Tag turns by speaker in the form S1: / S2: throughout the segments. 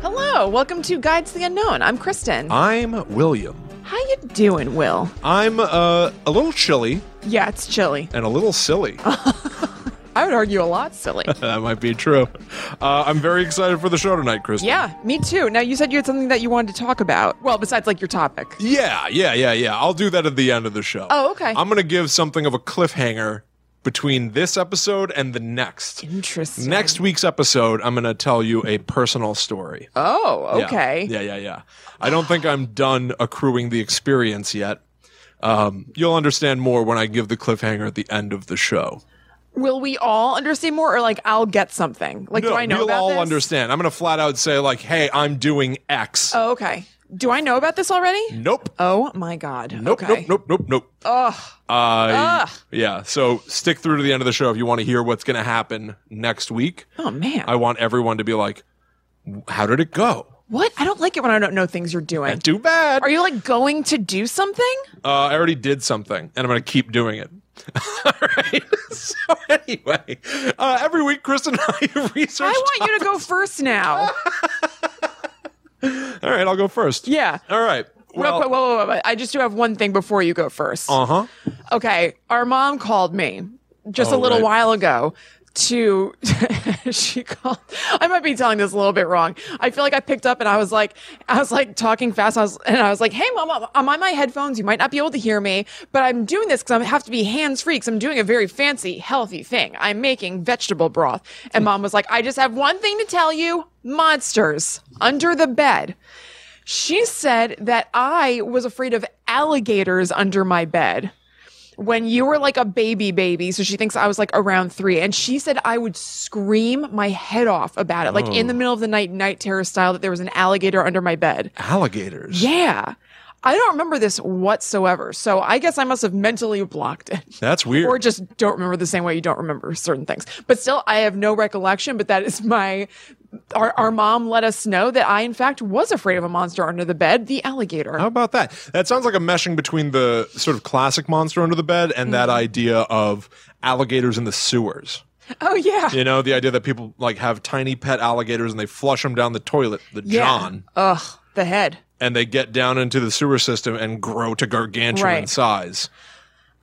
S1: Hello, welcome to Guides to the Unknown. I'm Kristen.
S2: Uh, I'm William.
S1: How you doing, Will?
S2: I'm uh, a little chilly
S1: Yeah, it's chilly.
S2: and a little silly.
S1: I would argue a lot silly.
S2: that might be true. Uh, I'm very excited for the show tonight, Kristen.
S1: yeah, me too. Now you said you had something that you wanted to talk about. Well, besides like your topic.
S2: Yeah, yeah, yeah, yeah. I'll do that at the end of the show.
S1: Oh, okay.
S2: I'm going to give something of a cliffhanger between this episode and the next.
S1: Interesting.
S2: Next week's episode, I'm going to tell you a personal story.
S1: Oh,
S2: Yeah.
S1: okay.
S2: Yeah, yeah, yeah. I don't think I'm done accruing the experience yet. Um, you'll understand more when I give the cliffhanger at the end of the show.
S1: Will we all understand more, or like I'll get something? Like, do I know
S2: we'll
S1: about
S2: all
S1: this?
S2: understand. I'm going to flat out say like, "Hey, I'm doing X."
S1: Oh, okay. Do I know about this already?
S2: nope.
S1: Oh my God.
S2: Nope,
S1: Okay.
S2: nope, nope, nope, nope. Ugh. Uh,
S1: Ugh.
S2: yeah. So stick through to the end of the show if you want to hear what's going to happen next week.
S1: Oh man.
S2: I want everyone to be like, "How did it go?"
S1: what? I don't like it when I don't know things you're doing.
S2: Too bad.
S1: Are you like going to do something?
S2: Uh, I already did something, and I'm going to keep doing it. All right. so anyway, uh, every week, Kristen and I research.
S1: I want you to go first now.
S2: All right, I'll go first.
S1: Yeah.
S2: All right.
S1: Real
S2: Well,
S1: quick, whoa, whoa, whoa, whoa. I just do have one thing before you go first.
S2: uh huh.
S1: Okay, our mom called me just
S2: Oh,
S1: a little
S2: right.
S1: while ago to she called I might be telling this a little bit wrong. I feel like I picked up and I was like I was like talking fast I was, and I was like, "Hey mom, I'm- I'm on my headphones. You might not be able to hear me, but I'm doing this cuz I have to be hands-free cuz I'm doing a very fancy healthy thing. I'm making vegetable broth." And mom was like, "I just have one thing to tell you. Monsters under the bed." She said that I was afraid of alligators under my bed when you were like a baby baby so she thinks i was like around three and she said i would scream my head off about it like in the middle of the night night terror style that there was an alligator under my bed
S2: Alligators.
S1: yeah i don't remember this whatsoever so i guess i must have mentally blocked it
S2: That's weird.
S1: or just don't remember the same way you don't remember certain things but still i have no recollection but that is my our, our mom let us know that i in fact was afraid of a monster under the bed the alligator
S2: How about that? That sounds like a meshing between the sort of classic monster under the bed and that
S1: Mm-hmm.
S2: idea of alligators in the sewers.
S1: oh yeah
S2: You know, the idea that people like have tiny pet alligators and they flush them down the toilet, the
S1: Yeah.
S2: John,
S1: ugh the head
S2: and they get down into the sewer system and grow to gargantuan
S1: Right.
S2: size.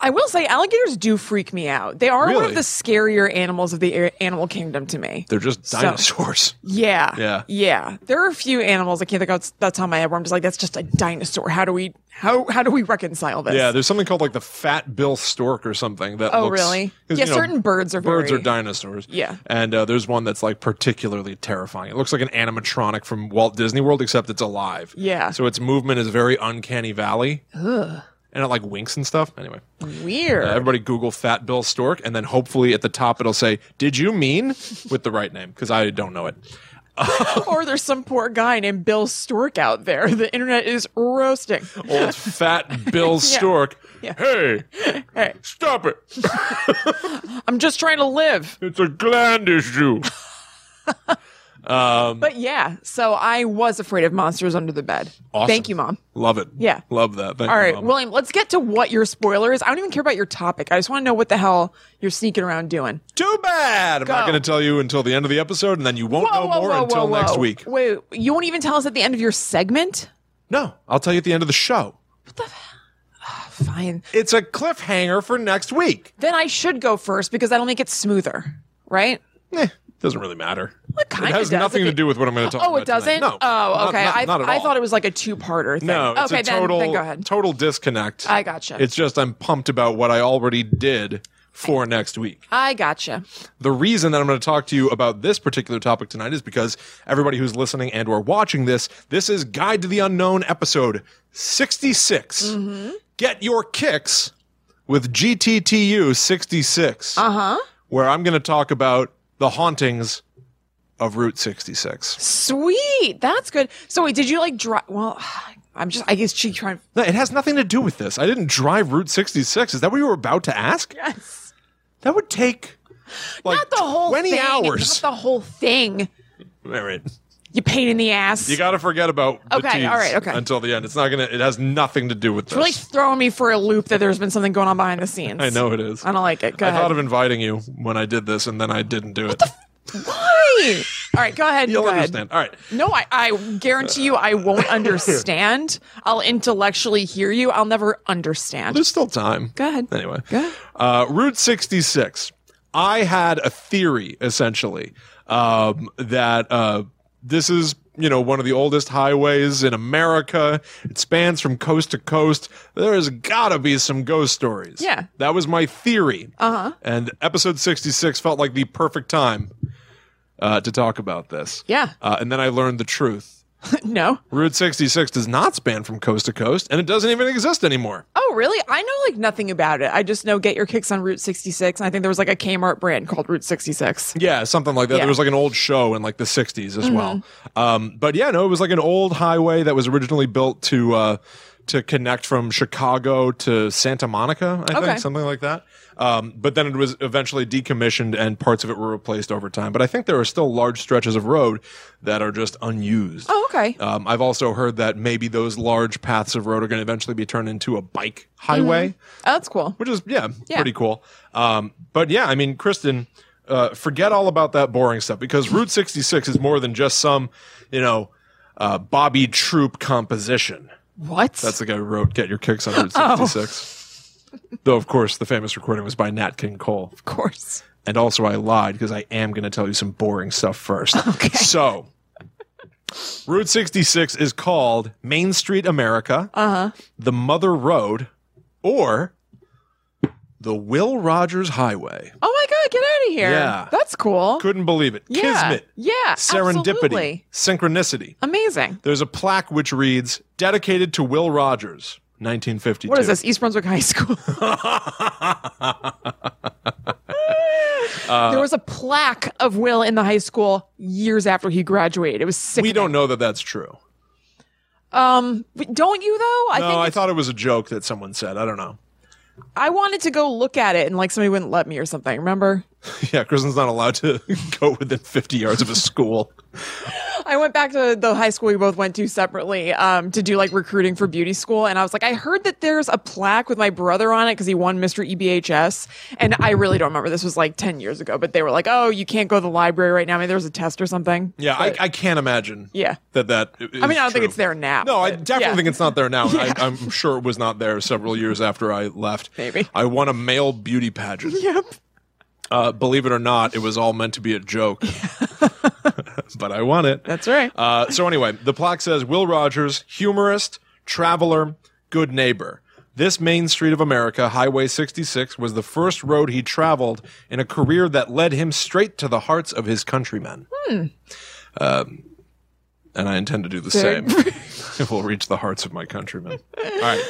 S1: I will say alligators do freak me out. They are one
S2: Really?
S1: of the scarier animals of the a- animal kingdom to me.
S2: They're just dinosaurs.
S1: Yeah.
S2: Yeah.
S1: Yeah. There are a few animals I can't think of that's on my head where I'm just like, that's just a dinosaur. How do we how how do we reconcile this?
S2: Yeah, there's something called like the fat bill stork or something that
S1: Oh,
S2: looks-
S1: really?
S2: 'cause,
S1: Yeah,
S2: you know,
S1: certain birds are
S2: birds
S1: very-
S2: are dinosaurs.
S1: Yeah.
S2: And uh, there's one that's like particularly terrifying. It looks like an animatronic from Walt Disney World except it's alive.
S1: Yeah.
S2: So its movement is very uncanny valley. Ugh. And it like winks and stuff. Anyway,
S1: Weird.
S2: everybody Google Fat Bill Stork, and then hopefully at the top it'll say, "Did you mean?" with the right name because I don't know it.
S1: or there's some poor guy named Bill Stork out there. The internet is roasting.
S2: Old Fat Bill Stork.
S1: Yeah.
S2: Hey,
S1: Hey,
S2: stop it!
S1: I'm just trying to live.
S2: It's a gland issue. Um,
S1: But yeah, so I was afraid of monsters under the bed.
S2: Awesome.
S1: Thank you, mom.
S2: Love it.
S1: Yeah.
S2: Love that. Thank
S1: All
S2: you,
S1: right,
S2: Mom.
S1: William, let's get to what your spoiler is. I don't even care about your topic. I just want to know what the hell you're sneaking around doing.
S2: Too bad. I'm not
S1: Go.
S2: going to tell you until the end of the episode, and then you won't know more until next week.
S1: Wait, you won't even tell us at the end of your segment?
S2: No, I'll tell you at the end of the show.
S1: Fine.
S2: It's a cliffhanger for next week.
S1: Then I should go first because that'll make it smoother, right?
S2: Eh, doesn't really matter.
S1: It kind
S2: it has nothing to do with what I'm going to talk
S1: Oh,
S2: about.
S1: it doesn't.
S2: tonight. No.
S1: Oh,
S2: not-
S1: okay.
S2: Not, not at
S1: I, I
S2: all.
S1: thought it was like a two-parter thing.
S2: No, it's
S1: okay,
S2: a total
S1: then, then go ahead.
S2: total disconnect.
S1: I gotcha.
S2: It's just I'm pumped about what I already did for next week.
S1: I gotcha.
S2: The reason that I'm going to talk to you about this particular topic tonight is because everybody who's listening and or watching this, this is Guide to the Unknown episode 66.
S1: Mm-hmm.
S2: Get your kicks with GTTU 66. Uh-huh. Where I'm going to talk about the hauntings of Route 66.
S1: Sweet. That's good. So wait, did you like drive? Well, I'm just, I guess she trying.
S2: No, it has nothing to do with this. I didn't drive Route 66. Is that what you were about to ask?
S1: Yes.
S2: That would take like
S1: Not the whole
S2: 20
S1: thing.
S2: hours.
S1: Not the whole thing.
S2: All right.
S1: You pain in the ass.
S2: You got to forget about the
S1: Okay,
S2: tease
S1: all right, okay.
S2: until the end. It's not gonna. It has nothing to do with this.
S1: really throwing me for a loop that there's been something going on behind the scenes.
S2: I know it is.
S1: I don't like it. Go
S2: I
S1: ahead.
S2: thought of inviting you when I did this, and then I didn't do it.
S1: Why? All right, go ahead.
S2: You'll
S1: go ahead.
S2: understand. All right.
S1: No, I, I guarantee you I won't understand. I'll intellectually hear you. I'll never understand.
S2: There's still time.
S1: Go ahead.
S2: Anyway.
S1: Go ahead.
S2: Uh, Route 66. I had a theory, essentially, um, that uh, this is, you know, one of the oldest highways in America. It spans from coast to coast. There's got to be some ghost stories.
S1: Yeah. Uh-huh.
S2: That was my theory. Uh huh. And episode 66 felt like the perfect time uh, to talk about this.
S1: Yeah.
S2: Uh, and then I learned the truth.
S1: no.
S2: Route 66 does not span from coast to coast, and it doesn't even exist anymore.
S1: Oh, really? I know like nothing about it. I just know get your kicks on Route 66. And I think there was like a Kmart brand called Route 66.
S2: Yeah, something like that.
S1: Yeah. Mm-hmm.
S2: There was like an old show in like the 60s as well. Um, but yeah, no, it was like an old highway that was originally built to uh, to connect from Chicago to Santa Monica, I
S1: Okay.
S2: think, something like that. Um, but then it was eventually decommissioned and parts of it were replaced over time. But I think there are still large stretches of road that are just unused.
S1: Oh, okay.
S2: Um, I've also heard that maybe those large paths of road are going to eventually be turned into a bike highway
S1: Oh, that's cool.
S2: which is yeah,
S1: Yeah.
S2: pretty cool. Um, but yeah, I mean, Kristen, uh, forget all about that boring stuff because Route 66 is more than just some, you know, uh, Bobby Troop composition.
S1: What?
S2: That's the guy who wrote "Get Your Kicks on Route 66." Though, of course, the famous recording was by Nat King Cole.
S1: of course.
S2: And also, I lied because I am going to tell you some boring stuff first. Okay. So, Route 66 is called Main Street America, uh-huh. the Mother Road, or the Will Rogers Highway.
S1: Oh my God, get out of here.
S2: Yeah.
S1: That's cool.
S2: Couldn't believe it.
S1: yeah.
S2: Kismet.
S1: Yeah.
S2: Serendipity.
S1: Absolutely.
S2: Synchronicity.
S1: Amazing.
S2: There's a plaque which reads, dedicated to Will Rogers, 1952.
S1: What is this? East Brunswick High School. there was a plaque of Will in the high school years after he graduated. It was sick.
S2: We don't know that that's true.
S1: Um, don't you though? I
S2: No,
S1: think
S2: I
S1: it's-
S2: thought it was a joke that someone said. I don't know.
S1: I wanted to go look at it and like somebody wouldn't let me or something. Remember?
S2: Yeah, Kristen's not allowed to go within 50 yards of a school.
S1: I went back to the high school we both went to separately um, to do like recruiting for beauty school, and I was like, I heard that there's a plaque with my brother on it because he won E Mr. EBHS, and I really don't remember. This was like ten years ago, but they were like, Oh, you can't go to the library right now. I mean, there was a test or something.
S2: Yeah, I, I can't imagine.
S1: Yeah.
S2: that that.
S1: I mean, I don't think it's there now.
S2: No, I
S1: but-
S2: definitely
S1: yeah.
S2: think it's not there now. I, I'm sure it was not there several years after I left.
S1: Maybe.
S2: I won a male beauty pageant.
S1: Yep.
S2: Uh, believe it or not, it was all meant to be a joke, but I won it.
S1: That's right.
S2: Uh, so anyway, the plaque says Will Rogers, humorist, traveler, good neighbor. This main street of America, Highway 66, was the first road he traveled in a career that led him straight to the hearts of his countrymen. Um, and I intend to do the same. it will reach the hearts of my countrymen. All right,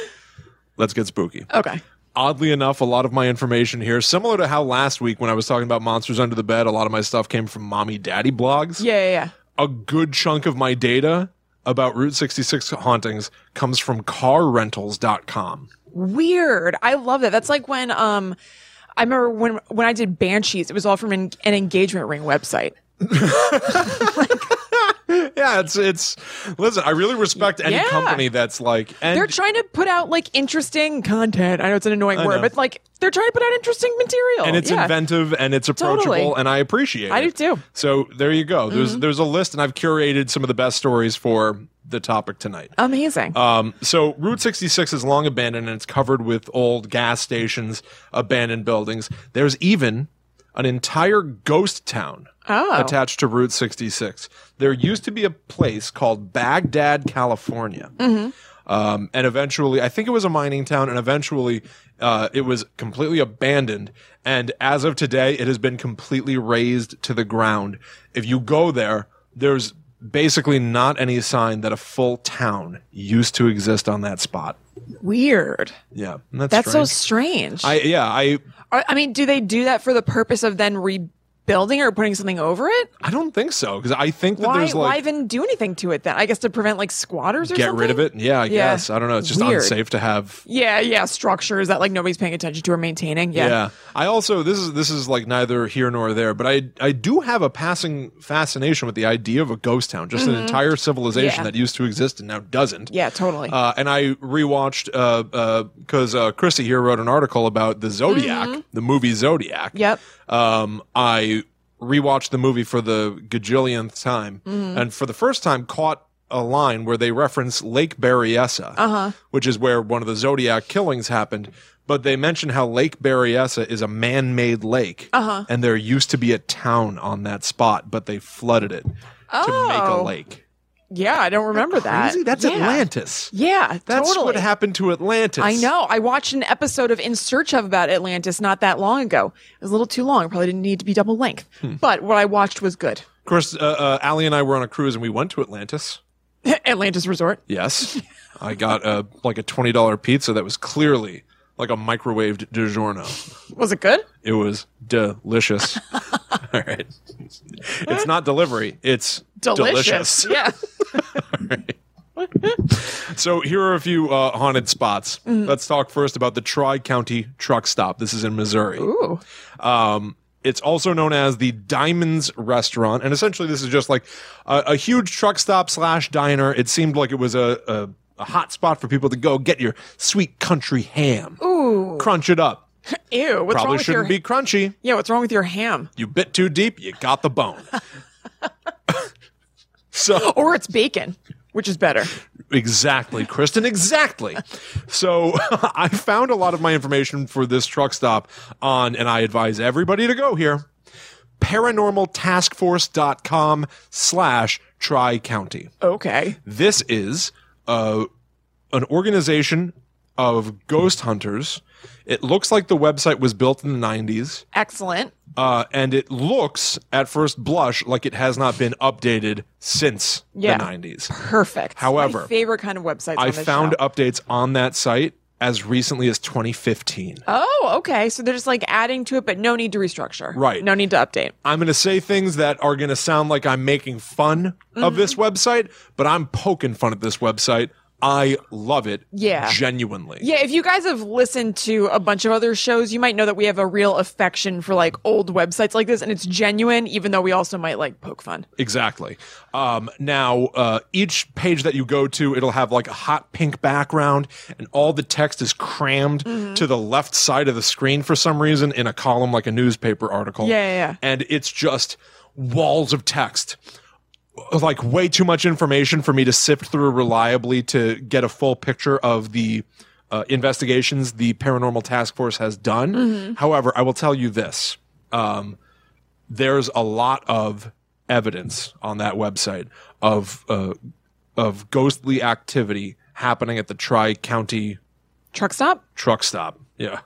S2: let's get spooky
S1: Okay.
S2: oddly enough, a lot of my information here, similar to how last week when I was talking about monsters under the bed, a lot of my stuff came from mommy daddy blogs.
S1: Yeah, yeah, yeah.
S2: A good chunk of my data about Route 66 hauntings comes from carrentals.com.
S1: Weird. I love that. That's like when um, I remember when when I did banshees. It was all from an, an engagement ring website.
S2: Yeah, it's it's listen, I really respect any
S1: Yeah.
S2: company that's like and
S1: They're trying to put out like interesting content. I know it's an annoying word,
S2: know.
S1: but like they're trying to put out interesting material.
S2: and it's
S1: yeah.
S2: inventive and it's approachable
S1: Totally.
S2: and I appreciate
S1: I do
S2: it.
S1: too. Mm-hmm.
S2: So there you go. There's there's a list and I've curated some of the best stories for the topic tonight.
S1: Oh. Amazing.
S2: Um, so Route 66 is long abandoned and it's covered with old gas stations, abandoned buildings. There's even an entire ghost town
S1: Oh.
S2: attached to Route 66. There used to be a place called Baghdad, California.
S1: Mm-hmm.
S2: Um, and eventually, I think it was a mining town, and eventually uh, it was completely abandoned. And as of today, it has been completely razed to the ground. If you go there, there's basically not any sign that a full town used to exist on that spot.
S1: Weird.
S2: Yeah, and that's,
S1: That's so
S2: strange.
S1: strange. I,
S2: I yeah I
S1: I mean, do they do that for the purpose of then rebuilding or putting something over it?
S2: I don't think so because I think that
S1: Why,
S2: there's like
S1: why even do anything to it then? I guess to prevent like squatters or
S2: get
S1: something?
S2: rid of it. Yeah, I
S1: Yeah.
S2: guess I don't know. It's just
S1: Weird.
S2: unsafe to have
S1: Yeah, yeah. Structures that like nobody's paying attention to or maintaining. Yeah.
S2: Yeah. I also this is this is like neither here nor there, but I I do have a passing fascination with the idea of a ghost town, just an entire civilization
S1: Mm-hmm. Yeah.
S2: that used to exist and now doesn't.
S1: Yeah, totally.
S2: Uh, and I rewatched because uh, Chrissy
S1: Mm-hmm.
S2: here wrote an article about the Zodiac, the movie Zodiac.
S1: Yep.
S2: Um, I rewatched the movie for the gajillionth time,
S1: Mm-hmm.
S2: and for the first time caught a line where they reference Lake Berryessa, uh-huh. which is where one of the Zodiac killings happened. But they mention how Lake Berryessa is a man-made lake, uh-huh. and there used to be a town on that spot, but they flooded it to make a
S1: Oh.
S2: lake.
S1: Yeah, I don't remember that.
S2: Crazy? That's
S1: yeah.
S2: Atlantis.
S1: Yeah,
S2: That's
S1: totally.
S2: what happened to Atlantis.
S1: I know. I watched an episode of In Search of about Atlantis not that long ago. It was a little too long. Probably didn't need to be double length.
S2: Hmm.
S1: But what I watched was good.
S2: Of course, uh, uh, Allie and I were on a cruise and we went to Atlantis.
S1: Atlantis Resort.
S2: Yes. I got a, like a $20 pizza that was clearly like a microwaved DiGiorno.
S1: Was it good?
S2: It was delicious. All right. It's not delivery, it's delicious.
S1: Delicious. Yeah.
S2: So here are a few uh, haunted spots. Let's talk first about the Tri County Truck Stop. This is in Missouri.
S1: Ooh.
S2: Um, it's also known as the Diamonds Restaurant, and essentially this is just like a, a huge truck stop slash diner. It seemed like it was a, a, a hot spot for people to go get your sweet country ham,
S1: Ooh.
S2: crunch it up.
S1: Ew. What's wrong
S2: Probably
S1: with your
S2: shouldn't be crunchy.
S1: Yeah, what's wrong with your ham?
S2: You bit too deep, you got the bone. so
S1: Or it's bacon, which is better.
S2: Exactly, Kristen. Exactly. So I found a lot of my information for this truck stop on, and I advise everybody to go here, paranormaltaskforce.com slash tri-county.
S1: Okay.
S2: This is uh, an organization of ghost hunters. It looks like the website was built in the 90s,
S1: Excellent.
S2: uh, and it looks at first blush like it has not been updated since
S1: Yeah.
S2: the 90s.
S1: Perfect.
S2: However,
S1: My favorite kind of website.
S2: I found
S1: Show.
S2: updates on that site as recently as 2015.
S1: Oh, okay. So they're just like adding to it, but no need to restructure.
S2: Right.
S1: No need to update.
S2: I'm going to say things that are going to sound like I'm making fun
S1: Mm-hmm.
S2: of this website, but I'm poking fun at this website. I love it.
S1: Yeah.
S2: Genuinely.
S1: Yeah, if you guys have listened to a bunch of other shows, you might know that we have a real affection for like old websites like this, and it's genuine, even though we also might like poke fun.
S2: Exactly. Um, now, uh, each page that you go to, it'll have like a hot pink background, and all the text is crammed
S1: Mm-hmm.
S2: to the left side of the screen for some reason in a column like a newspaper article.
S1: Yeah, yeah, yeah.
S2: And it's just walls of text. Like, way too much information for me to sift through reliably to get a full picture of the. Uh, investigations the paranormal task force has done.
S1: Mm-hmm.
S2: However, I will tell you this there's a lot of evidence on that website of uh, of ghostly activity happening at the Tri County
S1: Truck stop?
S2: truck stop. Yeah.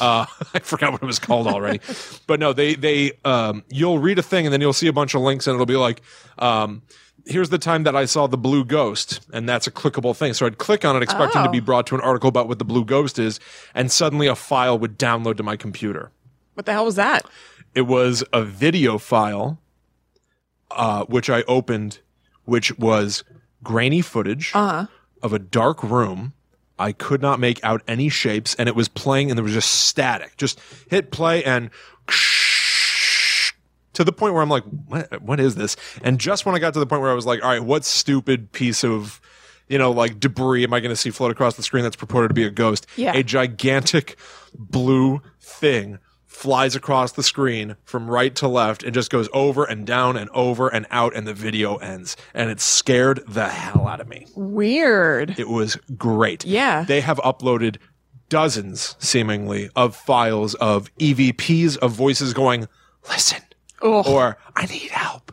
S2: Uh, I forgot what it was called already, but no, they they um, you'll read a thing and then you'll see a bunch of links and it'll be like, um, here's the time that I saw the blue ghost, and that's a clickable thing. So I'd click on it expecting to
S1: Oh.
S2: be brought to an article about what the blue ghost is, and suddenly a file would download to my computer
S1: What the hell was that?
S2: it was a video file uh, which i opened which was grainy footage of a dark room i could not make out any shapes and it was playing and there was just static just hit play and to the point where i'm like what, what is this and just when i got to the point where i was like all right what stupid piece of you know like debris am i going to see float across the screen that's purported to be a ghost
S1: Yeah.
S2: a gigantic blue thing flies across the screen from right to left and just goes over and down and over and out and the video ends and it scared the hell out of me
S1: Weird.
S2: it was great
S1: Yeah.
S2: they have uploaded dozens seemingly of files of evps of voices going listen
S1: Ugh.
S2: or i need help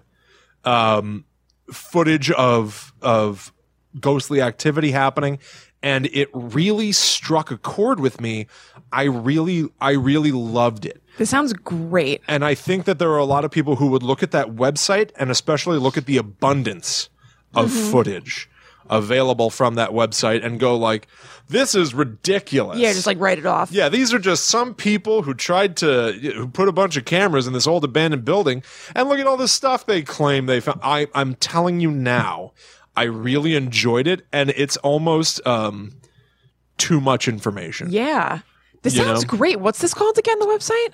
S2: um footage of of ghostly activity happening and it really struck a chord with me i really i really loved it
S1: This sounds great.
S2: and I think that there are a lot of people who would look at that website and especially look at the abundance of
S1: Mm-hmm.
S2: footage available from that website and go like, this is ridiculous.
S1: Yeah, just like write it off.
S2: yeah, these are just some people who tried to who put a bunch of cameras in this old abandoned building and look at all this stuff they claim they found. I, I'm telling you now, I really enjoyed it and it's almost um, too much information.
S1: Yeah. This
S2: You
S1: sounds
S2: know?
S1: great. What's this called again? The website?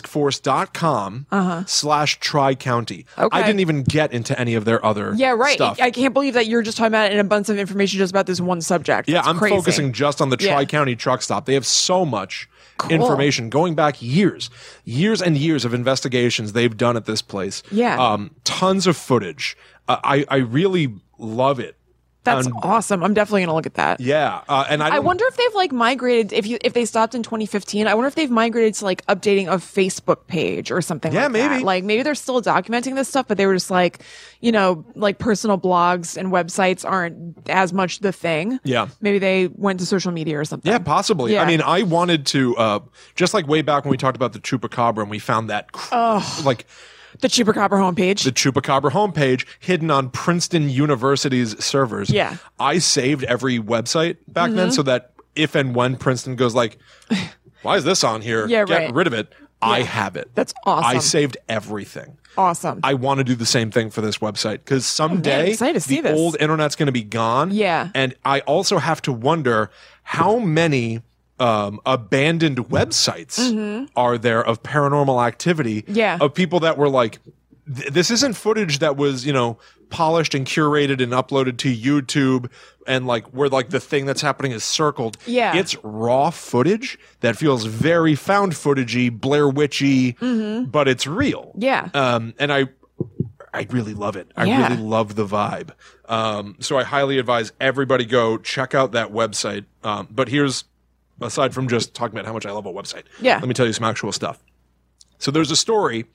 S2: paranormaltaskforce.com uh slash tri county.
S1: Uh-huh. Okay.
S2: I didn't even get into any of their other
S1: Yeah, right.
S2: stuff.
S1: I can't believe that you're just talking about an abundance of information just about this one subject.
S2: yeah,
S1: That's
S2: I'm
S1: crazy.
S2: focusing just on the
S1: Yeah.
S2: tri county truck stop. They have so much information going back years, years and years of investigations they've done at this place.
S1: Yeah.
S2: Um, tons of footage. Uh, I, I really love it.
S1: That's awesome. I'm definitely gonna look at that.
S2: Yeah. Uh, and I,
S1: I
S2: don't-
S1: wonder if they've like migrated if you if they stopped in 2015. I wonder if they've migrated to like updating a Facebook page or something.
S2: Yeah,
S1: like that.
S2: maybe.
S1: Like maybe they're still documenting this stuff, but they were just like, you know, like personal blogs and websites aren't as much the thing.
S2: Yeah.
S1: Maybe they went to social media or something.
S2: Yeah, possibly. I
S1: Yeah.
S2: mean, I wanted to, uh, just like way back when we talked about the chupacabra and we found that, cr- like,
S1: The Chupacabra homepage.
S2: the Chupacabra homepage hidden on Princeton University's servers.
S1: Yeah. Mm-hmm.
S2: I saved every website back then so that if and when Princeton goes like, why is this on here?
S1: Yeah,
S2: Get
S1: right.
S2: rid of it. I have it.
S1: That's awesome.
S2: I saved everything.
S1: awesome.
S2: I want to do the same thing for this website because someday
S1: Oh, excited to see
S2: the
S1: this.
S2: old internet's going to be gone.
S1: Yeah.
S2: and I also have to wonder how many um, abandoned websites are there of paranormal activity?
S1: Mm-hmm. Yeah.
S2: of people that were like, "Th- this isn't footage that was you know polished and curated and uploaded to YouTube and like where like the thing that's happening is circled.
S1: Yeah.
S2: it's raw footage that feels very found footagey, Blair Witchy,
S1: Mm-hmm.
S2: but it's real.
S1: Yeah.
S2: Um, and I, I really love it. I
S1: Yeah.
S2: really love the vibe. Um, so I highly advise everybody go check out that website. Um, but here's, aside from just talking about how much I love a website,
S1: Yeah.
S2: let me tell you some actual stuff. So there's a story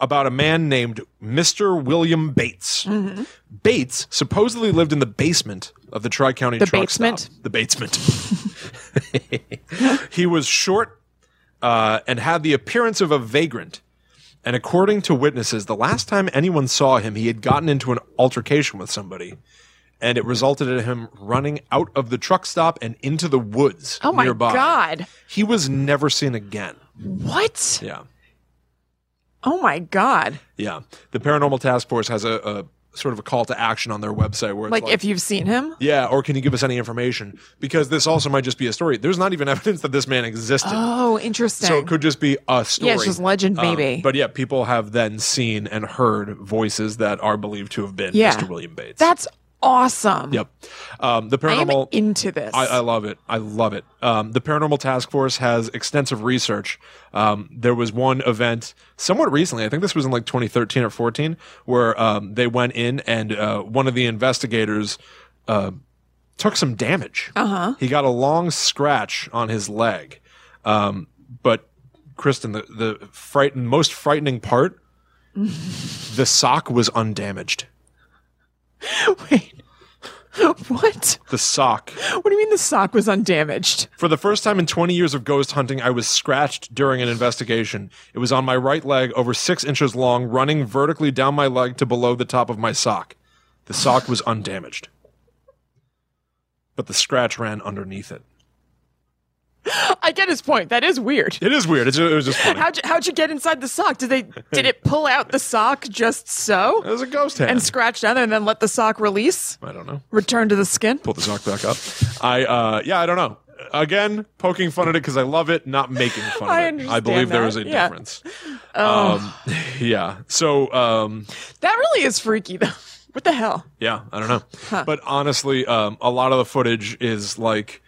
S2: about a man named Mr. William Bates.
S1: Mm-hmm.
S2: Bates supposedly lived in the basement of the Tri County truck
S1: basement?
S2: stop. The basement. he was short uh, and had the appearance of a vagrant. And according to witnesses, the last time anyone saw him, he had gotten into an altercation with somebody, and it resulted in him running out of the truck stop and into the woods
S1: oh my
S2: nearby.
S1: god.
S2: He was never seen again.
S1: What?
S2: Yeah.
S1: Oh my god.
S2: Yeah. The Paranormal Task Force has a, a sort of a call to action on their website where it's like,
S1: Like, if you've seen him?
S2: yeah, or can you give us any information? Because this also might just be a story. There's not even evidence that this man existed.
S1: Oh, interesting.
S2: so it could just be a story.
S1: yeah, it's just legend,
S2: Um,
S1: baby.
S2: but yeah, people have then seen and heard voices that are believed to have been
S1: Yeah.
S2: Mr. William Bates.
S1: That's awesome.
S2: yep. Um, the
S1: I am
S2: paranormal.
S1: into this.
S2: I, I love it. I love it. Um, the Paranormal Task Force has extensive research. Um, there was one event somewhat recently, I think this was in like 2013 or 14, where um, they went in and uh, one of the investigators uh, took some damage. Uh-huh. He got a long scratch on his leg. Um, but, Kristen, the, the frighten, most frightening part the sock was undamaged.
S1: Wait. what?
S2: The sock.
S1: What do you mean the sock was undamaged?
S2: For the first time in 20 years of ghost hunting, I was scratched during an investigation. It was on my right leg, over six inches long, running vertically down my leg to below the top of my sock. The sock was undamaged, but the scratch ran underneath it.
S1: I get his point. That is weird.
S2: It is weird. It's, it was just funny.
S1: How'd you, how'd you get inside the sock? Did they did it pull out the sock just
S2: It
S1: so
S2: was a ghost hand.
S1: and scratch down there and then let the sock release,
S2: I don't know.
S1: return to the skin?
S2: Pull the sock back up. I, uh, yeah, I don't know. Again, poking fun at it because I love it, not making
S1: I
S2: fun of it. I
S1: understand
S2: believe there
S1: that.
S2: is a
S1: Yeah. Oh.
S2: difference. Um, yeah. So, um,
S1: That really is freaky though. What the hell?
S2: Yeah, I don't know. But honestly, um, a lot of the footage is like,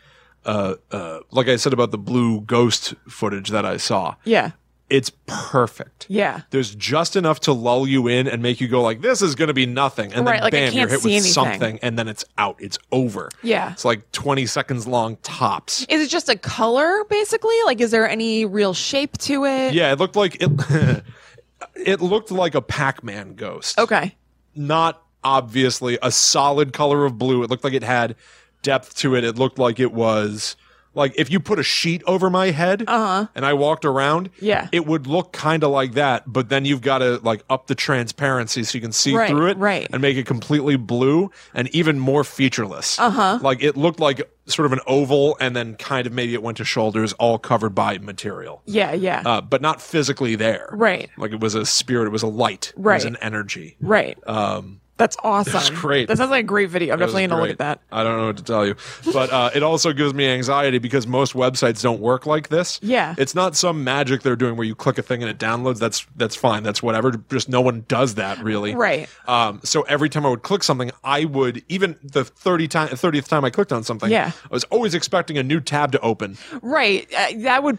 S2: uh, uh, like I said about the blue ghost footage that I saw.
S1: Yeah.
S2: It's perfect.
S1: Yeah.
S2: There's just enough to lull you in and make you go like, "This is going to be nothing," and
S1: Right,
S2: then
S1: like, I
S2: bam, you're
S1: can't
S2: hit with
S1: see anything.
S2: something, and then it's out. It's over.
S1: Yeah.
S2: it's like 20 seconds long tops.
S1: Is it just a color basically? Like is there any real shape to it?
S2: Yeah, it looked like it. it looked like a Pac-Man ghost.
S1: Okay.
S2: not obviously a solid color of blue. It looked like it had depth to it. It looked like it was like if you put a sheet over my head and I walked around,
S1: Uh-huh. Yeah.
S2: it would look kind of like that. But then you've got to like up the transparency so you can see
S1: Right,
S2: through it,
S1: right.
S2: and make it completely blue and even more featureless. Uh
S1: Uh-huh.
S2: huh. Like it looked like sort of an oval, and then kind of maybe it went to shoulders, all covered by material
S1: Yeah, yeah.
S2: uh, but not physically there.
S1: Right.
S2: Like it was a spirit, it was a light, it was
S1: Right.
S2: an energy.
S1: right.
S2: Um,
S1: That's awesome.
S2: great.
S1: That sounds like a great video. I'm
S2: It was
S1: definitely gonna look at
S2: great.
S1: that.
S2: I don't know what to tell you, but uh, it also gives me anxiety because most websites don't work like this.
S1: Yeah.
S2: it's not some magic they're doing where you click a thing and it downloads. That's that's fine. That's whatever. Just no one does that really.
S1: Right.
S2: Um, so every time I would click something, I would even the thirty time thirtieth time I clicked on something.
S1: Yeah.
S2: I was always expecting a new tab to open,
S1: Right. Uh, that would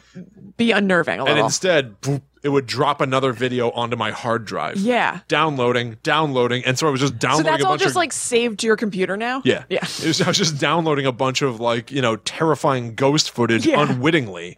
S1: be unnerving a
S2: and
S1: little.
S2: instead, boop, it would drop another video onto my hard drive.
S1: yeah.
S2: Downloading, downloading, and so I was just
S1: So
S2: downloading.
S1: that's
S2: a
S1: all
S2: bunch
S1: just
S2: of,
S1: like saved to your computer now.
S2: Yeah.
S1: Yeah.
S2: It was, I was just downloading a bunch of like, you know, terrifying ghost footage
S1: Yeah.
S2: unwittingly.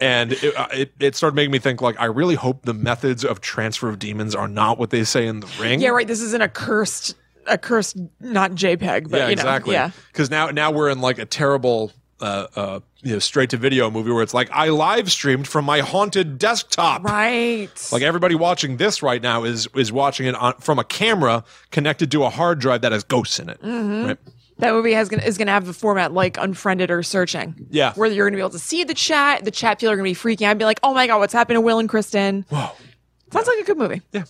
S2: And it, uh, it, it started making me think like, I really hope the methods of transfer of demons are not what they say in the ring.
S1: Yeah. Right. This is an accursed, accursed, not JPEG, but
S2: Yeah,
S1: you know,
S2: exactly.
S1: yeah.
S2: Cause now, now we're in like a terrible, uh, uh, you know, straight to video movie where it's like, I live streamed from my haunted desktop.
S1: Right.
S2: Like everybody watching this right now is, is watching it on, from a camera connected to a hard drive that has ghosts in it.
S1: Mm-hmm.
S2: Right?
S1: that movie has gonna, is going to have the format like unfriended or searching.
S2: Yeah.
S1: Where you're going to be able to see the chat. The chat people are going to be freaking out and be like, oh my God, what's happened to Will and Kristen?
S2: Whoa.
S1: Sounds like a good movie.
S2: Yeah.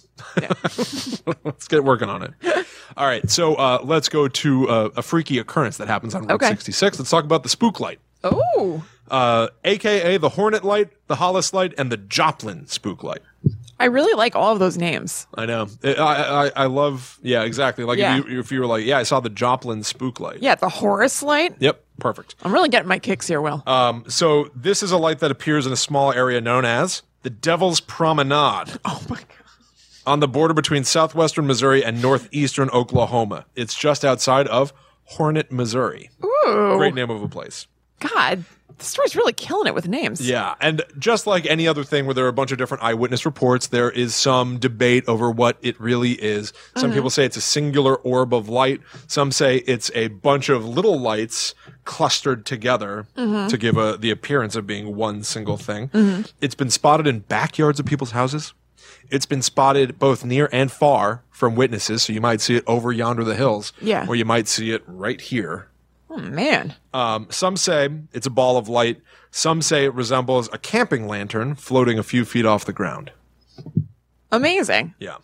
S2: let's get working on it. All right. So uh, let's go to uh, a freaky occurrence that happens on Route
S1: Okay.
S2: 66. Let's talk about the spook light,
S1: Oh,
S2: uh, AKA the Hornet light, the Hollis light, and the Joplin spook light.
S1: I really like all of those names.
S2: I know. I, I, I- I love, yeah, exactly. Like
S1: Yeah.
S2: If, you, if you were like, yeah, I saw the Joplin spook light.
S1: Yeah. The Horus light.
S2: Yep. Perfect.
S1: I'm really getting my kicks here, Will.
S2: Um, so this is a light that appears in a small area known as the Devil's Promenade.
S1: oh my God.
S2: on the border between southwestern Missouri and northeastern Oklahoma. It's just outside of Hornet, Missouri.
S1: Ooh.
S2: Great name of a place.
S1: God, the story's really killing it with names.
S2: Yeah, and just like any other thing where there are a bunch of different eyewitness reports, there is some debate over what it really is. Some people say it's a singular orb of light. Some say it's a bunch of little lights clustered together to give a, the appearance of being one single thing. It's been spotted in backyards of people's houses. It's been spotted both near and far from witnesses, so you might see it over yonder the hills,
S1: Yeah.
S2: or you might see it right here
S1: Oh, man.
S2: um, some say it's a ball of light. Some say it resembles a camping lantern floating a few feet off the ground.
S1: Amazing.
S2: Yeah.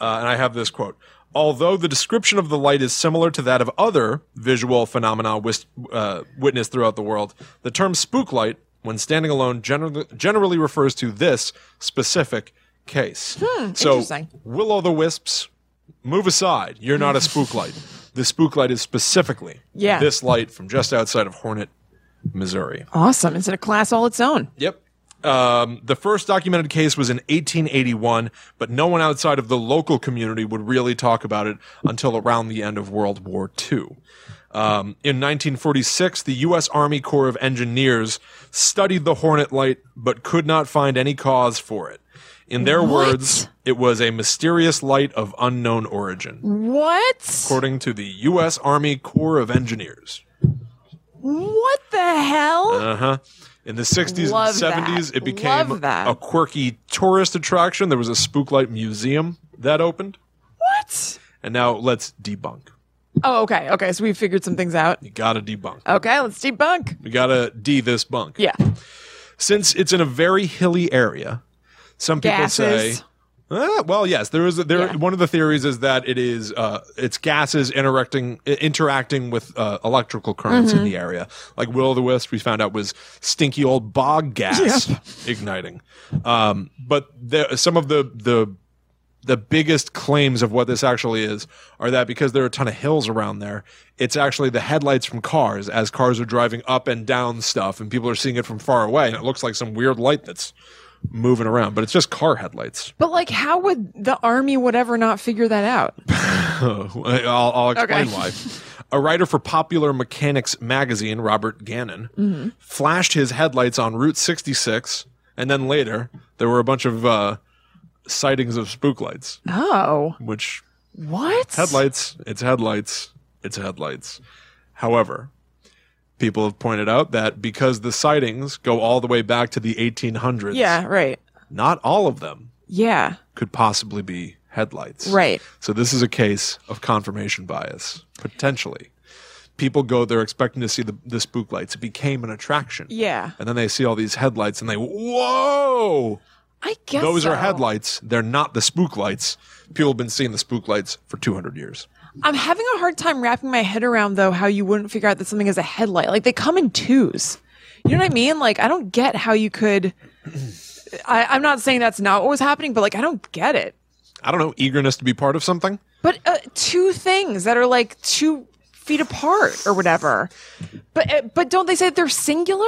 S2: Uh, and I have this quote. Although the description of the light is similar to that of other visual phenomena wis- uh, witnessed throughout the world, the term spook light, when standing alone, gener- generally refers to this specific case. so,
S1: Hmm, interesting.
S2: will o' the wisps, move aside. You're not a spook light. The spook light is specifically
S1: Yeah.
S2: this light from just outside of Hornet, Missouri.
S1: Awesome. It's in a class all its own.
S2: Yep. Um, the first documented case was in 1881, but no one outside of the local community would really talk about it until around the end of World War II. Um, in 1946, the U.S. Army Corps of Engineers studied the Hornet light, but could not find any cause for it. In their
S1: What?
S2: words, it was a mysterious light of unknown origin,
S1: What?
S2: according to the U.S. Army Corps of Engineers.
S1: What the hell?
S2: Uh huh. In the 60s
S1: Love
S2: and 70s,
S1: that.
S2: it
S1: Love
S2: became
S1: that.
S2: a quirky tourist attraction. There was a spooklight museum that opened.
S1: what?
S2: And now let's debunk.
S1: Oh, okay. Okay. So we figured some things out.
S2: You gotta debunk.
S1: Okay. Let's debunk.
S2: You gotta de this bunk.
S1: Yeah.
S2: Since it's in a very hilly area, some people
S1: Gases.
S2: say. "Ah, well, yes, there is. a- There,
S1: Yeah.
S2: one of the theories is that it is uh, it's gases interacting i- interacting with uh, electrical currents
S1: Mm-hmm.
S2: in the area. Like Will o' the Wisp, we found out was stinky old bog gas igniting. Um, but there, some of the the the biggest claims of what this actually is are that because there are a ton of hills around there, it's actually the headlights from cars as cars are driving up and down stuff, and people are seeing it from far away, and it looks like some weird light that's moving around, but it's just car headlights.
S1: But like, how would the army, whatever, not figure that out?
S2: I'll, I'll explain
S1: Okay.
S2: why. A writer for Popular Mechanics magazine, Robert Gannon, flashed his headlights on Route 66, and then later there were a bunch of uh, sightings of spook lights,
S1: Oh,
S2: which
S1: what?
S2: headlights, it's headlights, it's headlights. However, people have pointed out that because the sightings go all the way back to the 1800s,
S1: Yeah. Right.
S2: not all of them
S1: Yeah.
S2: could possibly be headlights.
S1: Right.
S2: So this is a case of confirmation bias, potentially. People go there expecting to see the, the spook lights. It became an attraction.
S1: Yeah.
S2: And then they see all these headlights and they, whoa!
S1: I guess
S2: Those are
S1: so.
S2: headlights. They're not the spook lights. People have been seeing the spook lights for 200 years.
S1: I'm having a hard time wrapping my head around though how you wouldn't figure out that something is a headlight. Like they come in twos. You know what I mean? Like I don't get how you could. I, I'm not saying that's not what was happening, but like I don't get it.
S2: I don't know, eagerness to be part of something?
S1: But uh, two things that are like two feet apart or whatever. But uh, but don't they say they're singular?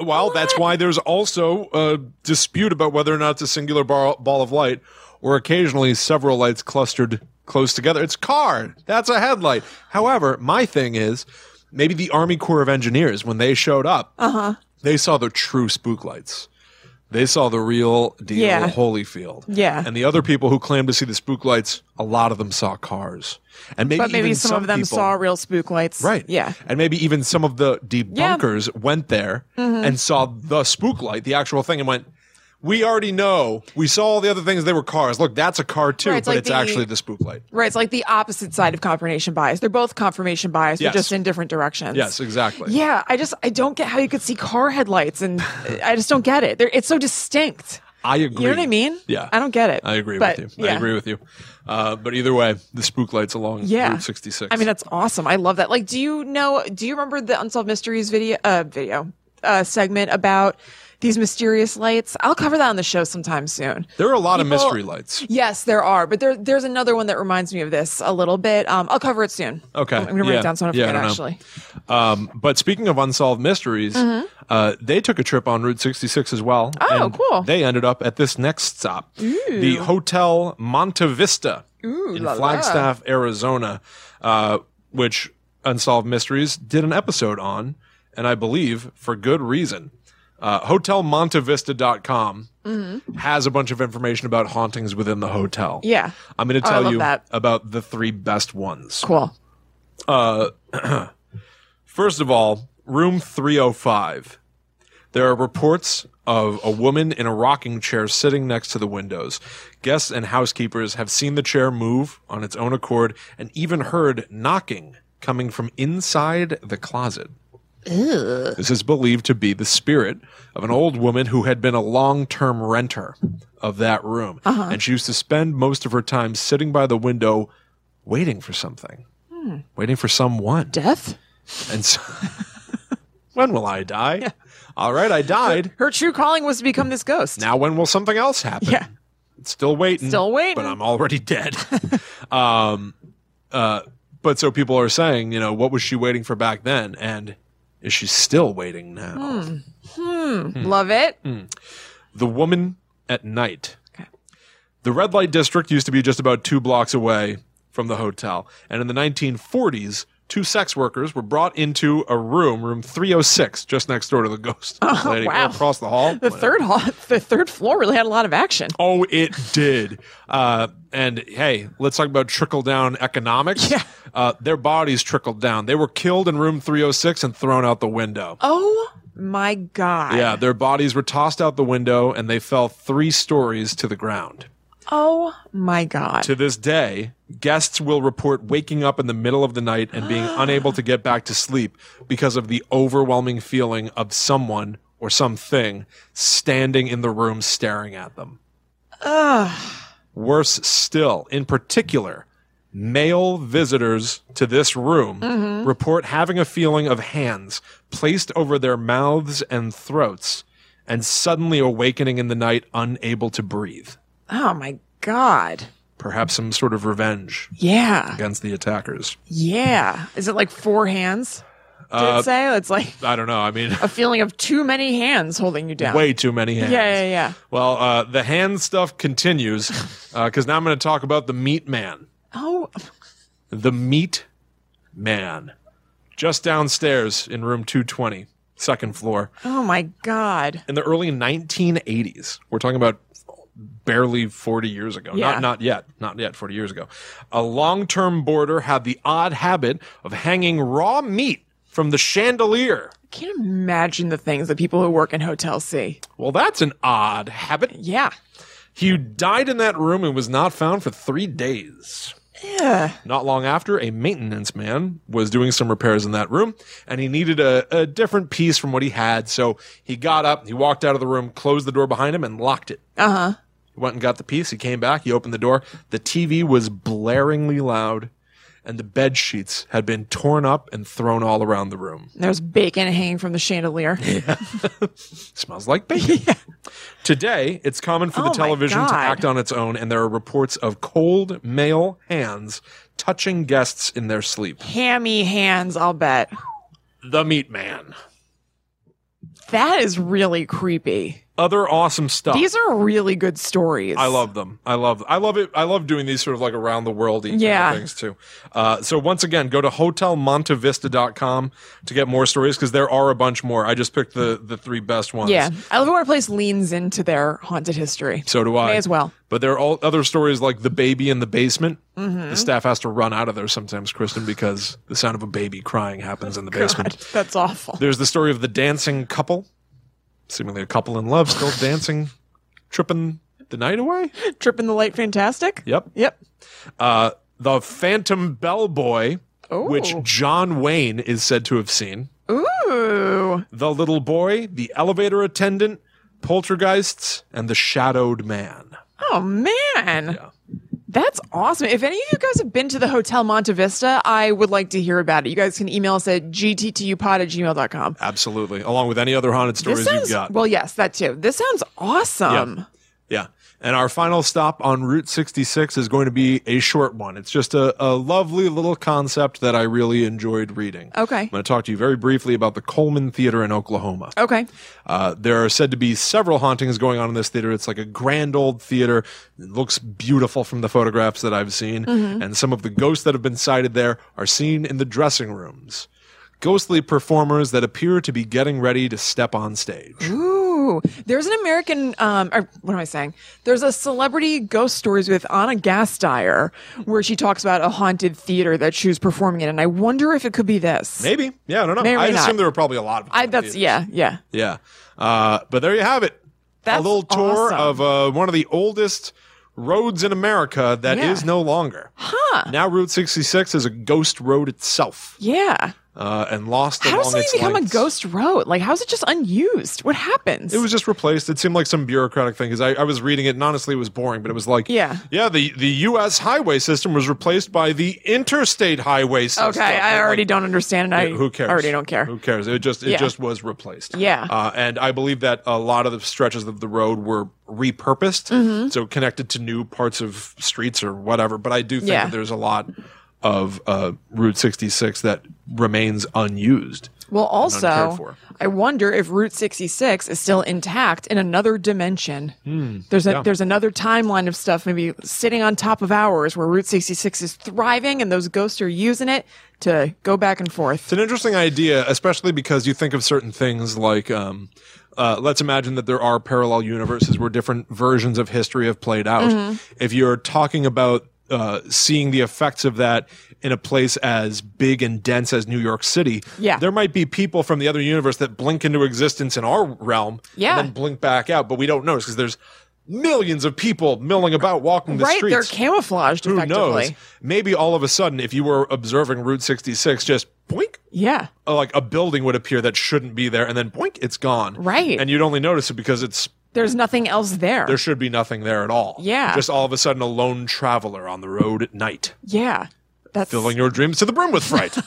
S2: Well, that's why there's also a dispute about whether or not it's a singular ball, ball of light or occasionally several lights clustered close together. It's car. That's a headlight. However, my thing is maybe the Army Corps of Engineers, when they showed up, uh-huh. they saw the true spook lights. They saw the real deal
S1: Yeah.
S2: Holyfield.
S1: Yeah.
S2: And the other people who claimed to see the spook lights, a lot of them saw cars. And maybe,
S1: But maybe
S2: even
S1: some, of them
S2: people-
S1: saw real spook lights.
S2: Right.
S1: Yeah.
S2: And maybe even some of the debunkers went there
S1: Mm-hmm.
S2: and saw the spook light, the actual thing, and went, We already know. We saw all the other things. They were cars. Look, that's a car too,
S1: Right, it's
S2: but
S1: like
S2: it's
S1: the-
S2: actually the spook light.
S1: Right. It's like the opposite side of confirmation bias. They're both confirmation bias,
S2: Yes.
S1: but just in different directions.
S2: Yes, exactly.
S1: Yeah, I just I don't get how you could see car headlights, and I just don't get it. They're, it's so distinct.
S2: I agree.
S1: You know what I mean?
S2: Yeah.
S1: I don't get it.
S2: I agree
S1: But,
S2: with you. I
S1: yeah.
S2: agree with you. Uh, but either way, the spook lights along
S1: Yeah.
S2: Route 66.
S1: I mean, that's awesome. I love that. Like, do you know? Do you remember the unsolved mysteries video? Uh, video uh, segment about these mysterious lights. I'll cover that on the show sometime soon.
S2: there are a lot of
S1: people-
S2: mystery lights.
S1: Yes, there are, but there there's another one that reminds me of this a little bit. Um, I'll cover it soon.
S2: Okay.
S1: I'm gonna write
S2: Yeah.
S1: it down so I don't
S2: Yeah, I
S1: forget.
S2: don't know.
S1: actually,
S2: Um, but speaking of unsolved mysteries, uh, they took a trip on Route 66 as well.
S1: Mm-hmm. Oh,
S2: and
S1: cool.
S2: They ended up at this next stop, the Hotel Monte Vista in
S1: la la.
S2: Flagstaff, Arizona, uh, which Unsolved Mysteries did an episode on, and I believe for good reason. Uh, HotelMontevista.com has a bunch of information about hauntings within the hotel.
S1: Mm-hmm. Yeah. Oh,
S2: I'm going to
S1: I
S2: tell
S1: love
S2: you
S1: that.
S2: about the three best ones.
S1: cool.
S2: First of all, room 305. There are reports of a woman in a rocking chair sitting next to the windows. Guests and housekeepers have seen the chair move on its own accord and even heard knocking coming from inside the closet. This is believed to be the spirit of an old woman who had been a long term renter of that room. And she used to spend most of her time sitting by the window waiting for something, waiting for someone.
S1: Death.
S2: And so, when will I die? All right, I died.
S1: Her true calling was to become this ghost.
S2: Now, when will something else happen?
S1: Yeah.
S2: Still waiting.
S1: Still waiting.
S2: But I'm already dead. um, uh, but so people are saying, you know, what was she waiting for back then? And is she still waiting now? Hmm.
S1: Love it.
S2: The woman at night.
S1: Okay.
S2: The red light district used to be just about two blocks away from the hotel. And in the 1940s, two sex workers were brought into a room, room 306, just next door to the ghost lady, or
S1: Oh, wow.
S2: across the hall.
S1: The third hall, the third floor really had a lot of action.
S2: Oh, it did. Uh, and hey, let's talk about trickle down economics.
S1: Yeah.
S2: Uh, their bodies trickled down. They were killed in room 306 and thrown out the window.
S1: Oh my god.
S2: Yeah, their bodies were tossed out the window and they fell three stories to the ground.
S1: Oh my god.
S2: To this day, guests will report waking up in the middle of the night and being unable to get back to sleep because of the overwhelming feeling of someone or something standing in the room staring at them. Worse still, in particular, male visitors to this room report having a feeling of hands placed over their mouths and throats and suddenly awakening in the night unable to breathe.
S1: oh my god.
S2: Perhaps some sort of revenge
S1: Yeah.
S2: against the attackers.
S1: Yeah. Is it like four hands? Did
S2: Uh,
S1: it say? It's like
S2: I don't know. I mean,
S1: a feeling of too many hands holding you down.
S2: way too many hands.
S1: Yeah, yeah, yeah.
S2: Well, uh, the hand stuff continues because now I'm going to talk about the meat man.
S1: Oh,
S2: The meat man. Just downstairs in room 220, second floor.
S1: oh my god.
S2: In the early 1980s, we're talking about barely 40 years ago.
S1: Yeah.
S2: Not, not yet. Not yet, 40 years ago. A long term boarder had the odd habit of hanging raw meat from the chandelier.
S1: I can't imagine the things that people who work in hotels see.
S2: Well, that's an odd habit.
S1: Yeah.
S2: He died in that room and was not found for three days.
S1: Yeah.
S2: Not long after, a maintenance man was doing some repairs in that room and he needed a, a different piece from what he had. So he got up, he walked out of the room, closed the door behind him, and locked it. Uh huh. He went and got the piece. He came back, he opened the door. The TV was blaringly loud and the bed sheets had been torn up and thrown all around the room.
S1: There's bacon hanging from the chandelier.
S2: Smells like bacon. Today, it's common for
S1: Oh
S2: the
S1: my
S2: television to
S1: God.
S2: act on its own, and there are reports of cold male hands touching guests in their sleep.
S1: Hammy hands, I'll bet.
S2: The Meat Man.
S1: That is really creepy.
S2: Other awesome stuff.
S1: These are really good stories.
S2: I love them. I love. I love it. I love doing these sort of like around the world
S1: Yeah.
S2: things too. Uh, so once again, go to hotelmontevista.com to get more stories because there are a bunch more. I just picked the the three best ones.
S1: Yeah, I love it when a place leans into their haunted history.
S2: So do I.
S1: May as well.
S2: But there are all other stories like the baby in the basement. The staff has to run out of there sometimes, Kristen, because the sound of a baby crying happens in
S1: Oh,
S2: the basement.
S1: That's awful.
S2: There's the story of the dancing couple, seemingly a couple in love, still dancing, tripping the night away.
S1: Tripping the light, fantastic.
S2: Yep.
S1: Yep.
S2: Uh, the Phantom Bellboy, which
S1: Oh.
S2: John Wayne is said to have seen.
S1: Ooh,
S2: The Little Boy, the Elevator Attendant, Poltergeists, and the Shadowed Man.
S1: oh man, that's awesome. If any of you guys have been to the Hotel Monte Vista, I would like to hear about it. You guys can email us at gttupod at gmail.com.
S2: Absolutely. Along with any other haunted
S1: This
S2: stories
S1: sounds
S2: Uh, you've got.
S1: well, yes, that too. This sounds awesome.
S2: Yeah. And our final stop on Route 66 is going to be a short one. It's just a, a lovely little concept that I really enjoyed reading.
S1: Okay. Oh.
S2: I'm going to talk to you very briefly about the Coleman Theater in Oklahoma.
S1: Okay,
S2: Uh, there are said to be several hauntings going on in this theater. It's like a grand old theater. It looks beautiful from the photographs that I've seen. And some of the ghosts that have been sighted there are seen in the dressing rooms. Ghostly performers that appear to be getting ready to step on stage.
S1: Ooh, there's an American. Um, or what am I saying? There's a celebrity ghost stories with Anna Gasteyer, where she talks about a haunted theater that she was performing in, and I wonder if it could be this.
S2: Maybe. Yeah, I don't know.
S1: Maybe
S2: I
S1: not.
S2: assume there were probably a lot of
S1: I, that's yeah, yeah.
S2: Yeah. Uh, but there you have it.
S1: That's
S2: a little tour
S1: awesome.
S2: of uh, one of the oldest roads in America that is
S1: Yeah.
S2: no longer. Huh. Now Route 66 is a ghost road itself
S1: Yeah.
S2: uh, and lost
S1: How
S2: along
S1: does something
S2: its
S1: become
S2: lengths.
S1: a ghost road? Like, how's it just unused? What happens?
S2: It was just replaced. It seemed like some bureaucratic thing because I, I was reading it and honestly it was boring, but it was like,
S1: Yeah.
S2: yeah, the, the U.S. highway system was replaced by the interstate highway system.
S1: okay. I
S2: I'm
S1: already
S2: like,
S1: don't understand, and I
S2: who cares?
S1: already don't care.
S2: Who cares? It just it
S1: Yeah.
S2: just was replaced.
S1: Yeah.
S2: Uh, and I believe that a lot of the stretches of the road were repurposed,
S1: Mm-hmm.
S2: so connected to new parts of streets or whatever. But I do think
S1: Yeah.
S2: that there's a lot of uh, Route 66 that remains unused.
S1: Well,
S2: cared
S1: also,
S2: for.
S1: I wonder if Route 66 is still intact in another dimension.
S2: Hmm,
S1: there's a there's another timeline of stuff maybe sitting on top of ours where Route 66 is thriving and those ghosts are using it to go back and forth.
S2: It's an interesting idea, especially because you think of certain things like. Um, uh, let's imagine that there are parallel universes where different versions of history have played out.
S1: Mm-hmm.
S2: If you're talking about uh, seeing the effects of that in a place as big and dense as New York City,
S1: Yeah.
S2: there might be people from the other universe that blink into existence in our realm
S1: Yeah.
S2: and then blink back out, but we don't notice because there's millions of people milling about walking the
S1: right,
S2: streets
S1: they're camouflaged
S2: who
S1: effectively.
S2: knows? Maybe all of a sudden, if you were observing Route 66, just boink,
S1: Yeah.
S2: uh, like a building would appear that shouldn't be there, and then boink, it's gone.
S1: Right.
S2: And you'd only notice it because it's
S1: There's nothing else there.
S2: there should be nothing there at all.
S1: Yeah.
S2: Just all of a sudden, a lone traveler on the road at night,
S1: yeah. That's
S2: filling your dreams to the brim with fright.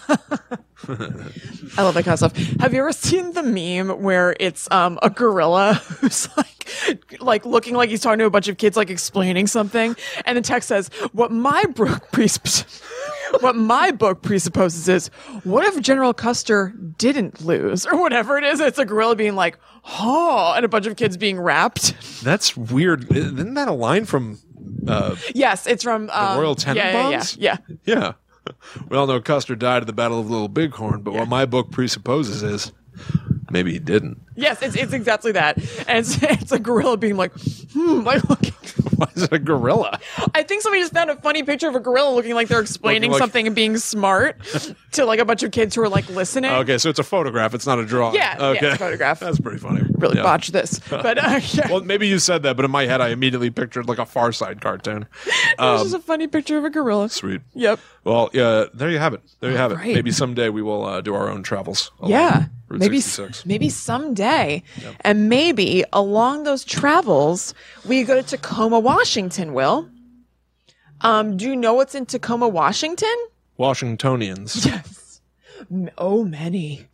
S1: I love that kind of stuff. Have you ever seen the meme where it's um, a gorilla who's like, like looking like he's talking to a bunch of kids, like explaining something, and the text says, "What my book presupposes, what my book presupposes is, what if General Custer didn't lose or whatever it is?" It's a gorilla being like, "Oh," and a bunch of kids being wrapped.
S2: That's weird. Isn't that a line from? Uh,
S1: Yes, it's from um,
S2: Royal
S1: yeah, yeah,
S2: Tenenbaums?
S1: yeah, yeah.
S2: yeah. We all know Custer died at the Battle of Little Bighorn, but what my book presupposes is maybe he didn't.
S1: Yes, it's, it's exactly that. And it's, it's a gorilla being like, hmm, like looking.
S2: Why is it a gorilla?
S1: I think somebody just found a funny picture of a gorilla looking like they're explaining
S2: Looking like-
S1: something and being smart to like a bunch of kids who are like listening.
S2: Okay, so it's a photograph. It's not a drawing.
S1: Yeah, yeah,
S2: okay.
S1: it's a photograph.
S2: That's pretty funny.
S1: Really
S2: Yeah.
S1: botched this, but uh, yeah,
S2: Well, maybe you said that, but in my head, I immediately pictured like a Far Side cartoon.
S1: it
S2: um,
S1: was just a funny picture of a gorilla.
S2: Sweet.
S1: Yep.
S2: Well, yeah, there you have it. There you have it.
S1: Right.
S2: Maybe someday we will uh, do our own travels. along
S1: Yeah.
S2: Route
S1: maybe
S2: 66.
S1: maybe someday, and maybe along those travels, we go to Tacoma, Washington. Will, um, do you know what's in Tacoma, Washington?
S2: Washingtonians.
S1: Yes. M- Oh, many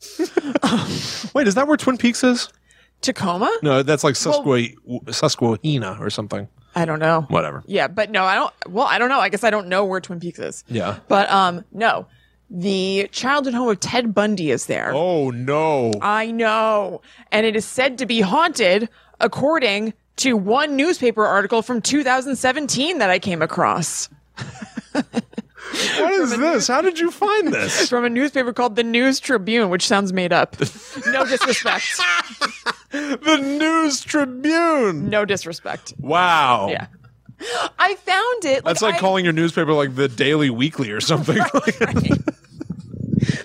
S2: Wait, is that where Twin Peaks is?
S1: Tacoma.
S2: No, that's like Susque- Susquehanna or something.
S1: I don't know.
S2: Whatever.
S1: Yeah, but no, I don't. Well, I don't know. I guess I don't know where Twin Peaks is.
S2: Yeah.
S1: But um, no, the childhood home of Ted Bundy is there.
S2: Oh no.
S1: I know. And it is said to be haunted, according to one newspaper article from 2017 that I came across
S2: What is this? How did you find this?
S1: from a newspaper called the News Tribune, which sounds made up. No disrespect.
S2: the News Tribune.
S1: No disrespect.
S2: Wow.
S1: Yeah. I found it.
S2: That's like
S1: I-
S2: calling your newspaper like the Daily Weekly or something.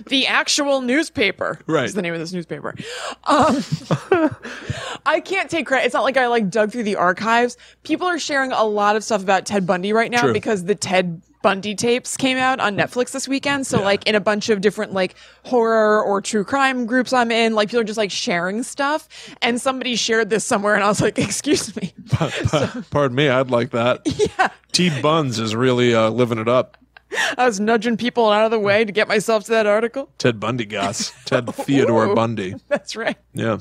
S1: the actual newspaper.
S2: Right.
S1: Is the name of this newspaper. Um, I can't take credit. It's not like I like dug through the archives. People are sharing a lot of stuff about Ted Bundy right now
S2: True.
S1: because the Ted Bundy tapes came out on Netflix this weekend. So like in a bunch of different like horror or true crime groups I'm in, like people are just like sharing stuff. And somebody shared this somewhere and I was like, excuse me.
S2: Pardon me, I'd like that. Yeah. T Buns is really uh, living it up.
S1: I was nudging people out of the way to get myself to that article.
S2: Ted Bundy goss. Ted Theodore
S1: Ooh.
S2: Bundy.
S1: That's right.
S2: Yeah.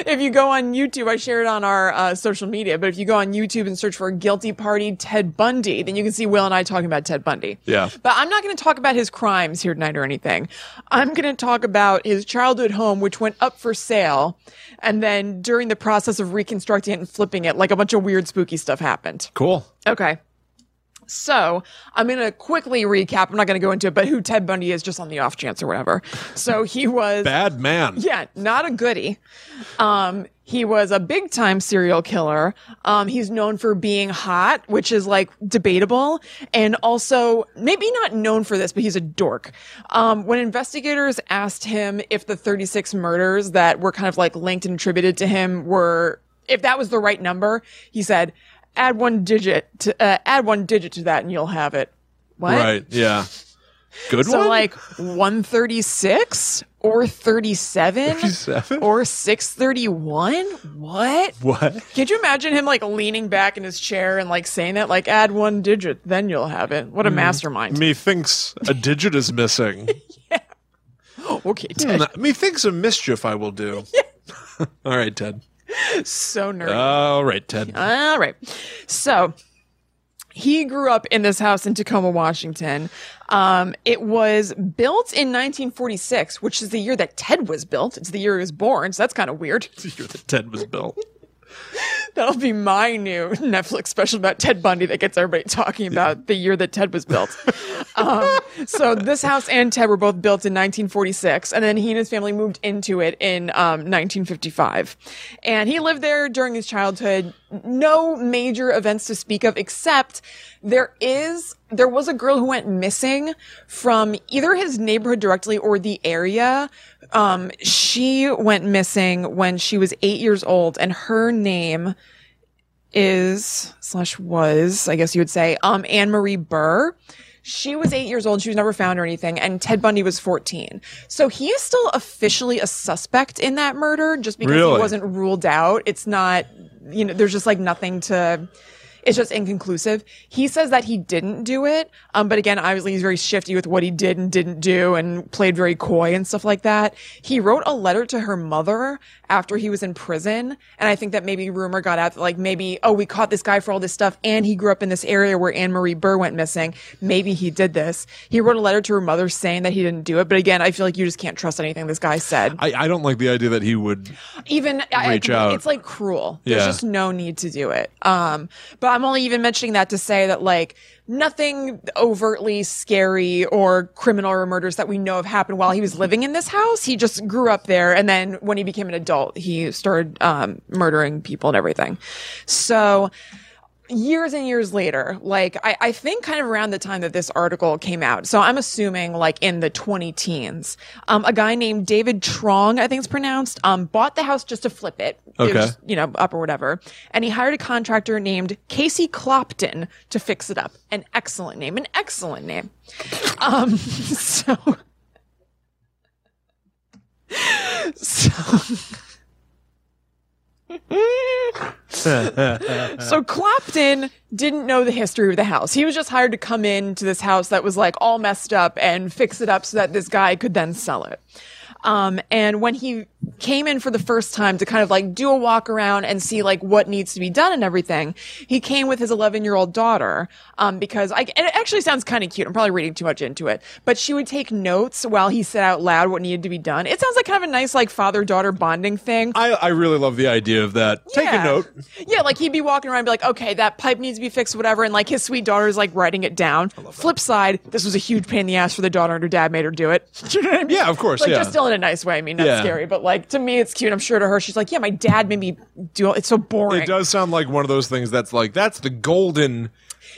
S1: if you go on YouTube, I share it on our uh, social media, but if you go on YouTube and search for Guilty Party Ted Bundy, then you can see Will and I talking about Ted Bundy.
S2: Yeah.
S1: But I'm not going to talk about his crimes here tonight or anything. I'm going to talk about his childhood home, which went up for sale. And then during the process of reconstructing it and flipping it, like a bunch of weird, spooky stuff happened.
S2: Cool.
S1: Okay. So I'm going to quickly recap. I'm not going to go into it, but who Ted Bundy is just on the off chance or whatever. So he was.
S2: Bad man.
S1: Yeah, not a goody. Um, he was a big time serial killer. Um, he's known for being hot, which is like debatable, and also maybe not known for this, but he's a dork. Um, when investigators asked him if the 36 murders that were kind of like linked and attributed to him were, if that was the right number, he said, "Add one digit to uh, add one digit to that, and you'll have it." What?
S2: Right. Yeah. Good
S1: So
S2: one.
S1: like 136 or 37
S2: 37?
S1: or 631? What?
S2: what?
S1: Could you imagine him like leaning back in his chair and like saying that like add one digit then you'll have it. What a mastermind.
S2: Methinks a digit is missing.
S1: okay, Ted.
S2: Hmm, Methinks a mischief I will do. All right, Ted.
S1: So nerdy.
S2: All right, Ted.
S1: All right. So he grew up in this house in Tacoma, Washington. Um, it was built in 1946, which is the year that Ted was built. It's the year he was born, so that's kind of weird.
S2: You're the Ted was built.
S1: That'll be my new Netflix special about Ted Bundy that gets everybody talking about the year that Ted was built. um, so this house and Ted were both built in 1946, and then he and his family moved into it in um, 1955. And he lived there during his childhood. No major events to speak of, except there is there was a girl who went missing from either his neighborhood directly or the area. Um, she went missing when she was eight years old, and her name is slash was, I guess you would say, um, Anne Marie Burr. She was eight years old. She was never found or anything. And Ted Bundy was 14. So he is still officially a suspect in that murder just because
S2: Really?
S1: he wasn't ruled out. It's not, you know, there's just like nothing to, it's just inconclusive. He says that he didn't do it. Um, but again, obviously he's very shifty with what he did and didn't do and played very coy and stuff like that. He wrote a letter to her mother after he was in prison. And I think that maybe rumor got out that like maybe, oh, we caught this guy for all this stuff and he grew up in this area where Anne Marie Burr went missing. Maybe he did this. He wrote a letter to her mother saying that he didn't do it. But again, I feel like you just can't trust anything this guy said
S2: I, I don't like the idea that he would.
S1: even I- I
S2: Reach
S1: completely-
S2: out.
S1: It's like cruel.
S2: Yeah.
S1: There's just no need to do it. Um, but I'm only even mentioning that to say that like nothing overtly scary or criminal or murders that we know of happened while he was living in this house. He just grew up there, and then when he became an adult, he started um, murdering people and everything. So years and years later, like I, I think kind of around the time that this article came out. So I'm assuming like in the 20 teens, um, a guy named David Trong, I think it's pronounced, um, bought the house just to flip it. It was
S2: Okay.
S1: just, you know, up or whatever. And he hired a contractor named Casey Clopton to fix it up. An excellent name, an excellent name. Um, so. So, so Clopton didn't know the history of the house. He was just hired to come in to this house that was like all messed up and fix it up so that this guy could then sell it. Um, and when he came in for the first time to kind of like do a walk around and see like what needs to be done and everything, he came with his 11 year old daughter. Um, because I, and it actually sounds kind of cute. I'm probably reading too much into it, but she would take notes while he said out loud what needed to be done. It sounds like kind of a nice like father daughter bonding thing.
S2: I, I really love the idea of that. Take a
S1: Yeah.
S2: note.
S1: Yeah, like he'd be walking around and be like, okay, that pipe needs to be fixed, whatever. And like his sweet daughter's like writing it down. Flip side, this was a huge pain in the ass for the daughter and her dad made her do it. You know what I mean?
S2: Yeah, of course,
S1: Like
S2: yeah.
S1: just still in a nice way. I mean, not
S2: Yeah.
S1: scary, but like to me, it's cute. I'm sure to her, she's like, yeah, my dad made me do it. It's so boring.
S2: It does sound like one of those things that's like that's the golden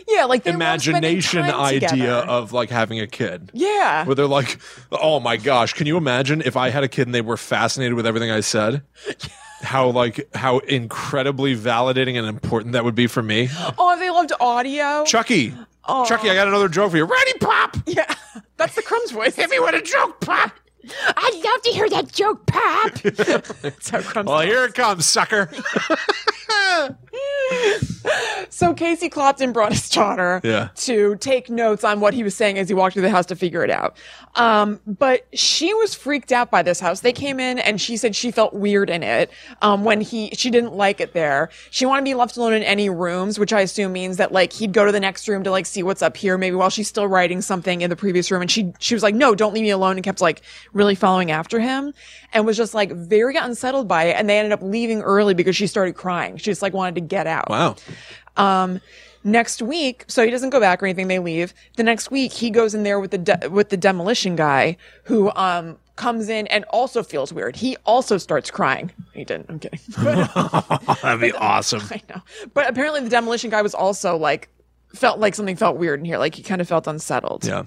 S1: Yeah, like they love spending
S2: imagination
S1: time
S2: idea
S1: together.
S2: of like having a kid.
S1: yeah.
S2: Where they're like, oh my gosh, can you imagine if I had a kid and they were fascinated with everything I said? How like how incredibly validating and important that would be for me.
S1: oh, they loved audio.
S2: Chucky, Chucky, I got another joke for you. Ready, pop?
S1: yeah, that's the crumbs voice.
S2: Hit me with a joke, pop.
S1: I'd love to hear that joke, Pop. that's how crumbs.
S2: Well, here it comes, sucker.
S1: So Casey Clopton brought his daughter
S2: Yeah.
S1: to take notes on what he was saying as he walked through the house to figure it out. Um, but she was freaked out by this house. They came in and she said she felt weird in it. Um, when he, she didn't like it there. She wanted to be left alone in any rooms, which I assume means that like he'd go to the next room to like see what's up here, maybe while she's still writing something in the previous room. And she, she was like, no, don't leave me alone and kept like really following after him and was just like very unsettled by it. And they ended up leaving early because she started crying. She just like wanted to get out.
S2: Wow.
S1: Um, next week, so he doesn't go back or anything. They leave. The next week, he goes in there with the de- with the demolition guy who um comes in and also feels weird. He also starts crying. He didn't. I'm kidding.
S2: That'd be awesome.
S1: I know. But apparently, the demolition guy was also like felt like something felt weird in here. Like he kind of felt unsettled.
S2: Yeah.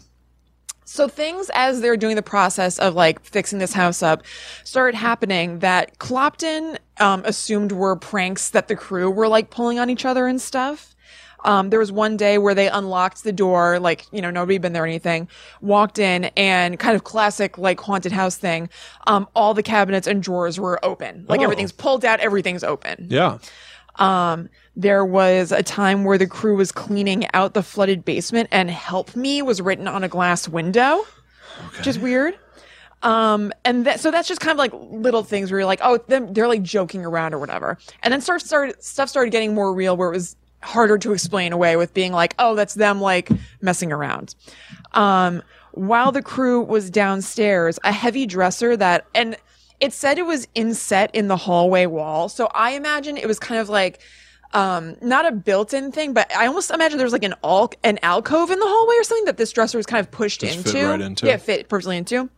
S1: So things as they're doing the process of like fixing this house up started happening that Clopton um, assumed were pranks that the crew were like pulling on each other and stuff. Um, there was one day where they unlocked the door, like, you know, nobody had been there or anything, walked in and kind of classic, like, haunted house thing. Um, all the cabinets and drawers were open. Like,
S2: Oh.
S1: everything's pulled out, everything's open.
S2: Yeah.
S1: Um, there was a time where the crew was cleaning out the flooded basement and help me was written on a glass window, which is weird. Um, and that, so that's just kind of like little things where you're like, oh, them, they're like joking around or whatever. And then stuff started, stuff started getting more real where it was harder to explain away with being like, oh, that's them like messing around. Um, while the crew was downstairs, a heavy dresser that, and it said it was inset in the hallway wall. So I imagine it was kind of like, um, not a built-in thing, but I almost imagine there was like an al- an alcove in the hallway or something that this dresser was kind of pushed
S2: Just fit
S1: into.
S2: right into.
S1: Yeah, fit perfectly into.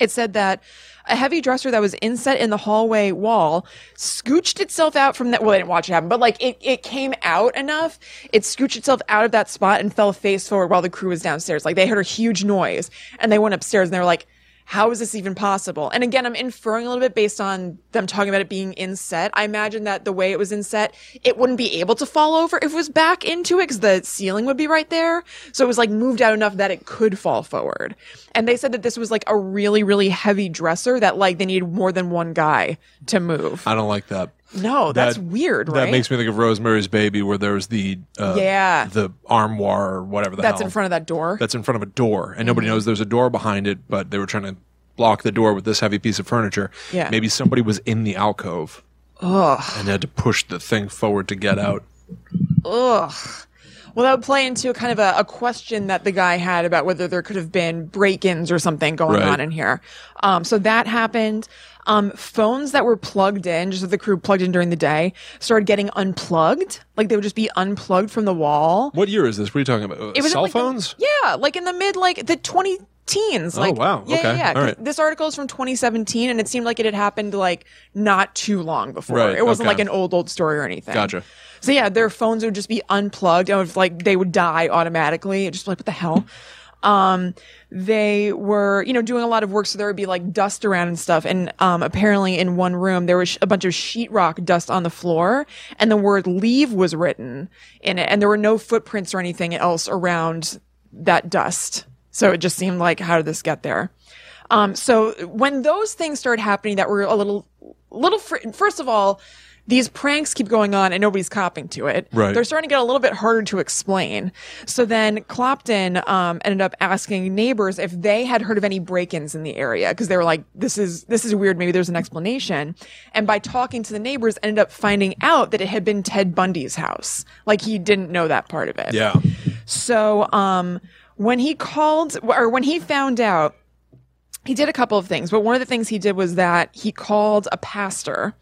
S1: It said that a heavy dresser that was inset in the hallway wall scooched itself out from that. Well, I didn't watch it happen, but like it, it came out enough. It scooched itself out of that spot and fell face forward while the crew was downstairs. Like they heard a huge noise and they went upstairs and they were like, how is this even possible? And again, I'm inferring a little bit based on them talking about it being inset. I imagine that the way it was inset, it wouldn't be able to fall over if it was back into it because the ceiling would be right there. So it was like moved out enough that it could fall forward. And they said that this was like a really, really heavy dresser that like they needed more than one guy to move.
S2: I don't like that.
S1: No, that's
S2: Uh, That-
S1: weird, right?
S2: That makes me think of Rosemary's Baby, where there was the uh,
S1: Yeah.
S2: the armoire or whatever the
S1: that's
S2: hell.
S1: in front of that door.
S2: that's in front of a door, and nobody
S1: Mm-hmm.
S2: knows there's a door behind it, but they were trying to block the door with this heavy piece of furniture.
S1: Yeah.
S2: Maybe somebody was in the alcove and had to push the thing forward to get out.
S1: Ugh. Well, that would play into kind of a, a question that the guy had about whether there could have been break-ins or something going
S2: Right.
S1: on in here. Um, so that happened. Um, phones that were plugged in, just that the crew plugged in during the day, started getting unplugged. Like they would just be unplugged from the wall.
S2: What year is this? What are you talking about? Uh,
S1: It was in,
S2: Cell
S1: like, the-
S2: phones?
S1: yeah, like in the mid, like the 20, teens.
S2: Oh,
S1: Like,
S2: wow.
S1: Yeah,
S2: Okay.
S1: yeah, yeah. 'Cause
S2: All right.
S1: This article is from 2017, and it seemed like it had happened like not too long before.
S2: Right,
S1: It wasn't
S2: okay.
S1: like an old old story or anything.
S2: Gotcha.
S1: So yeah, their phones would just be unplugged, and it was, like they would die automatically. It just like what the hell. Um, they were, you know, doing a lot of work, so there would be like dust around and stuff. And um, apparently, in one room, there was a bunch of sheetrock dust on the floor, and the word "leave" was written in it, and there were no footprints or anything else around that dust. So it just seemed like, how did this get there? Um, so when those things started happening that were a little, little, fr- first of all, these pranks keep going on and nobody's copping to it.
S2: Right.
S1: They're starting to get a little bit harder to explain. So then Clopton, um, ended up asking neighbors if they had heard of any break-ins in the area because they were like, this is, this is weird. Maybe there's an explanation. And by talking to the neighbors, ended up finding out that it had been Ted Bundy's house. Like he didn't know that part of it.
S2: Yeah.
S1: So, um, when he called or when he found out, he did a couple of things, but one of the things he did was that he called a pastor.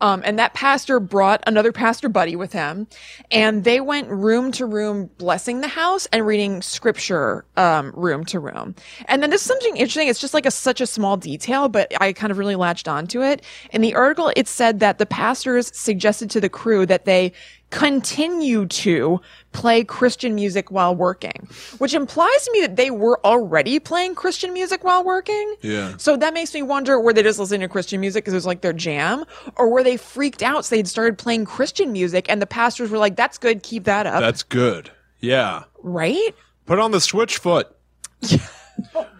S1: Um, and that pastor brought another pastor buddy with him, and they went room to room blessing the house and reading scripture um, room to room. And then this is something interesting. It's just like a such a small detail, but I kind of really latched onto it. In the article, it said that the pastors suggested to the crew that they continue to play Christian music while working, which implies to me that they were already playing Christian music while working.
S2: Yeah.
S1: So that makes me wonder were they just listening to Christian music because it was like their jam, or were they freaked out so they'd started playing Christian music and the pastors were like, that's good, keep that up,
S2: That's good. Yeah.
S1: right?
S2: Put on the switch foot.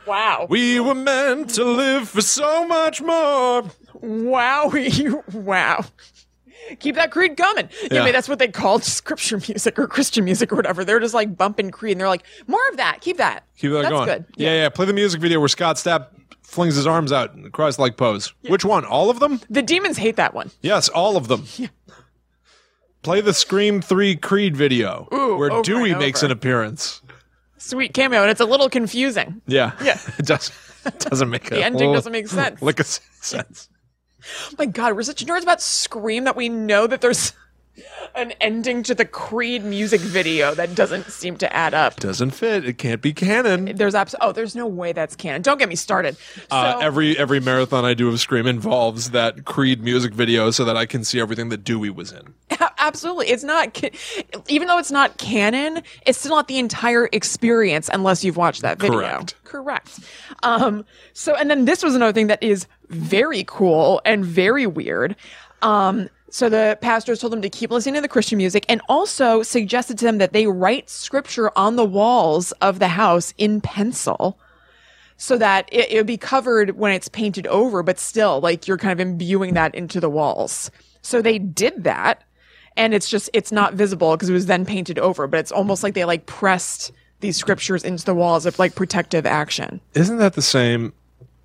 S1: Wow.
S2: We were meant to live for so much more.
S1: Wow. wow. Keep that creed coming. You know,
S2: Yeah.
S1: I mean, that's what they called scripture music or Christian music or whatever. They're just like bumping creed and they're like, more of that. Keep that.
S2: Keep that
S1: that's
S2: going.
S1: good.
S2: Yeah, yeah, Play the music video where Scott Stapp flings his arms out in a Christ like pose. Which one? All of them?
S1: The demons hate that one.
S2: Yes, all of them. Play the Scream 3 Creed video
S1: Ooh, over
S2: where
S1: and
S2: Dewey makes
S1: over.
S2: an appearance.
S1: Sweet cameo, and it's a little confusing.
S2: Yeah.
S1: Yeah.
S2: it does, doesn't make
S1: The ending doesn't make sense.
S2: Like a sense.
S1: Oh My God, we're such nerds about Scream that we know that there's an ending to the Creed music video that doesn't seem to add up.
S2: Doesn't fit. It can't be canon.
S1: There's abs- oh, there's no way that's canon. Don't get me started.
S2: Uh,
S1: So-
S2: every every marathon I do of Scream involves that Creed music video so that I can see everything that Dewey was in.
S1: A- Absolutely. It's not, ca- even though it's not canon, it's still not the entire experience unless you've watched that video.
S2: Correct.
S1: Correct. Um, so, and then this was another thing that is very cool and very weird. Um, so the pastors told them to keep listening to the Christian music and also suggested to them that they write scripture on the walls of the house in pencil so that it, it would be covered when it's painted over, but still, like you're kind of imbuing that into the walls. So they did that, and it's just it's not visible because it was then painted over, but it's almost like they like pressed these scriptures into the walls of like protective action.
S2: Isn't that the same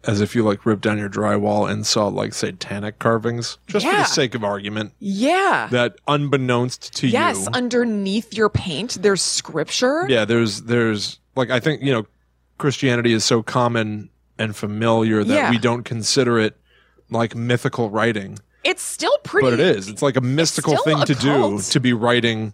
S2: as if you like ripped down your drywall and saw like satanic carvings? Just for
S1: Yeah.
S2: the sake of argument,
S1: Yeah.
S2: that unbeknownst to
S1: yes,
S2: you,
S1: underneath your paint, there's scripture.
S2: yeah, there's there's like I think you know Christianity is so common and familiar that
S1: Yeah.
S2: we don't consider it like mythical writing,
S1: It's still pretty.
S2: but it is. It's like a mystical
S1: still
S2: thing
S1: a
S2: to do
S1: cult.
S2: to be writing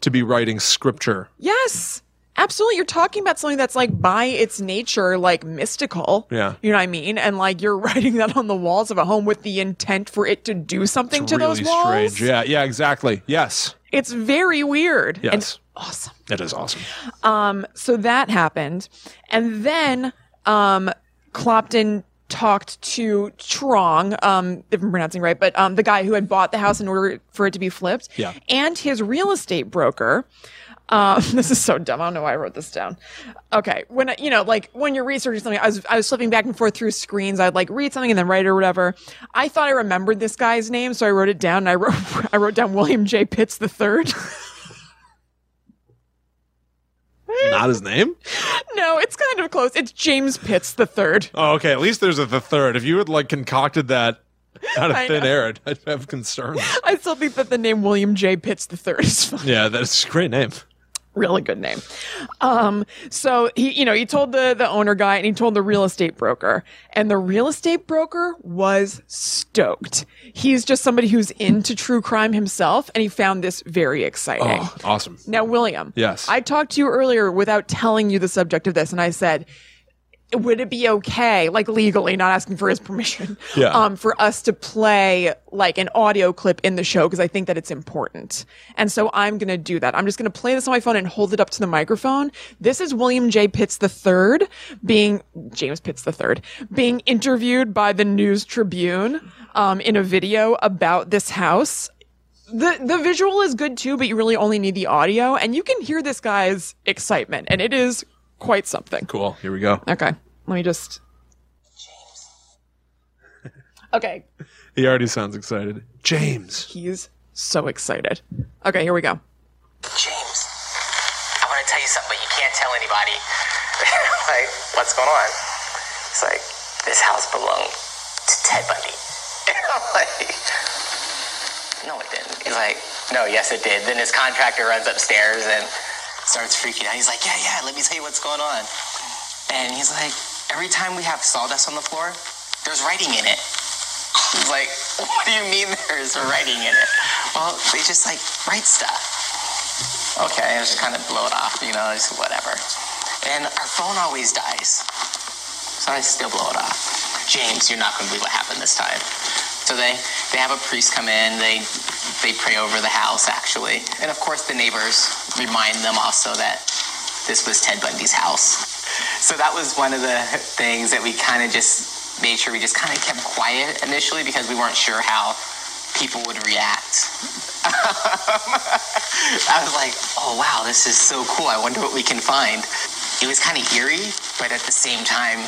S2: to be writing scripture.
S1: Yes. Absolutely. You're talking about something that's like by its nature, like mystical.
S2: Yeah.
S1: You know what I mean? And like you're writing that on the walls of a home with the intent for it to do something to
S2: really
S1: those walls.
S2: strange. Yeah, yeah, exactly. Yes.
S1: It's very weird. and
S2: Yes.
S1: awesome.
S2: That is awesome.
S1: Um, so that happened. And then um, Clopton talked to Trong, um, if I'm pronouncing right, but um, the guy who had bought the house in order for it to be flipped,
S2: Yeah.
S1: and his real estate broker. Um, this is so dumb. I don't know why I wrote this down. Okay, when I, you know, like when you're researching something, I was I was flipping back and forth through screens. I'd like read something and then write it or whatever. I thought I remembered this guy's name, so I wrote it down. And I wrote I wrote down William J. Pitts the third.
S2: Not his name?
S1: no, it's kind of close. It's James Pitts the third.
S2: Oh, okay. At least there's a the third. If you had like concocted that out of
S1: I
S2: thin
S1: know.
S2: air, I'd- I'd have concerns.
S1: I still think that the name William J. Pitts III is a
S2: yeah, that's a great name.
S1: really good name. Um, so he, you know, he told the the owner guy and he told the real estate broker, and the real estate broker was stoked. He's just somebody who's into true crime himself, and he found this very exciting.
S2: Oh, awesome.
S1: Now, William,
S2: Yes.
S1: I talked to you earlier without telling you the subject of this, and I said. would it be okay, like legally, not asking for his permission,
S2: Yeah.
S1: um, for us to play like an audio clip in the show because I think that it's important. And so I'm going to do that. I'm just going to play this on my phone and hold it up to the microphone. This is William J. Pitts III being, James Pitts III, being interviewed by the News Tribune um, in a video about this house the the visual is good too, but you really only need the audio, and you can hear this guy's excitement, and it is quite something.
S2: Cool. Here we go.
S1: Okay, let me just. Okay,
S2: He already sounds excited. James.
S1: he's so excited. Okay, here we go.
S3: James, I want to tell you something, but you can't tell anybody. like, what's going on? It's like, this house belonged to Ted Bundy. I'm like, no, it didn't. He's like, no, yes, it did. Then his contractor runs upstairs and starts freaking out. He's like, yeah, yeah, let me tell you what's going on. And he's like, every time we have sawdust on the floor, there's writing in it. He's like, what do you mean there's writing in it? Well, they just like write stuff okay, I just kind of blow it off, you know, just whatever. And our phone always dies. So I still blow it off. James, you're not gonna believe what happened this time. So they, they have a priest come in, they they pray over the house actually. And of course the neighbors remind them also that this was Ted Bundy's house. So that was one of the things that we kind of just made sure we just kind of kept quiet initially because we weren't sure how people would react. I was like, oh wow, this is so cool. I wonder what we can find. It was kind of eerie, but at the same time,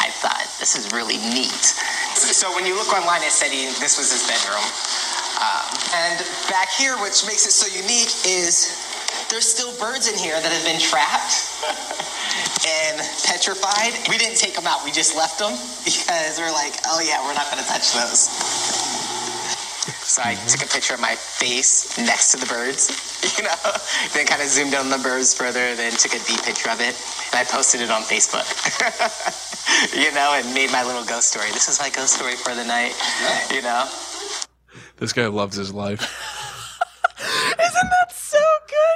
S3: I thought this is really neat. So when you look online, it said he, this was his bedroom. Um, and back here, which makes it so unique, is there's still birds in here that have been trapped and petrified. We didn't take them out. We just left them because we're like, oh yeah, we're not going to touch those. So I took a picture of my face next to the birds, you know, then kind of zoomed on the birds further, then took a deep picture of it, and I posted it on Facebook, you know, and made my little ghost story. This is my ghost story for the night, you know.
S2: This guy loves his life.
S1: Isn't that so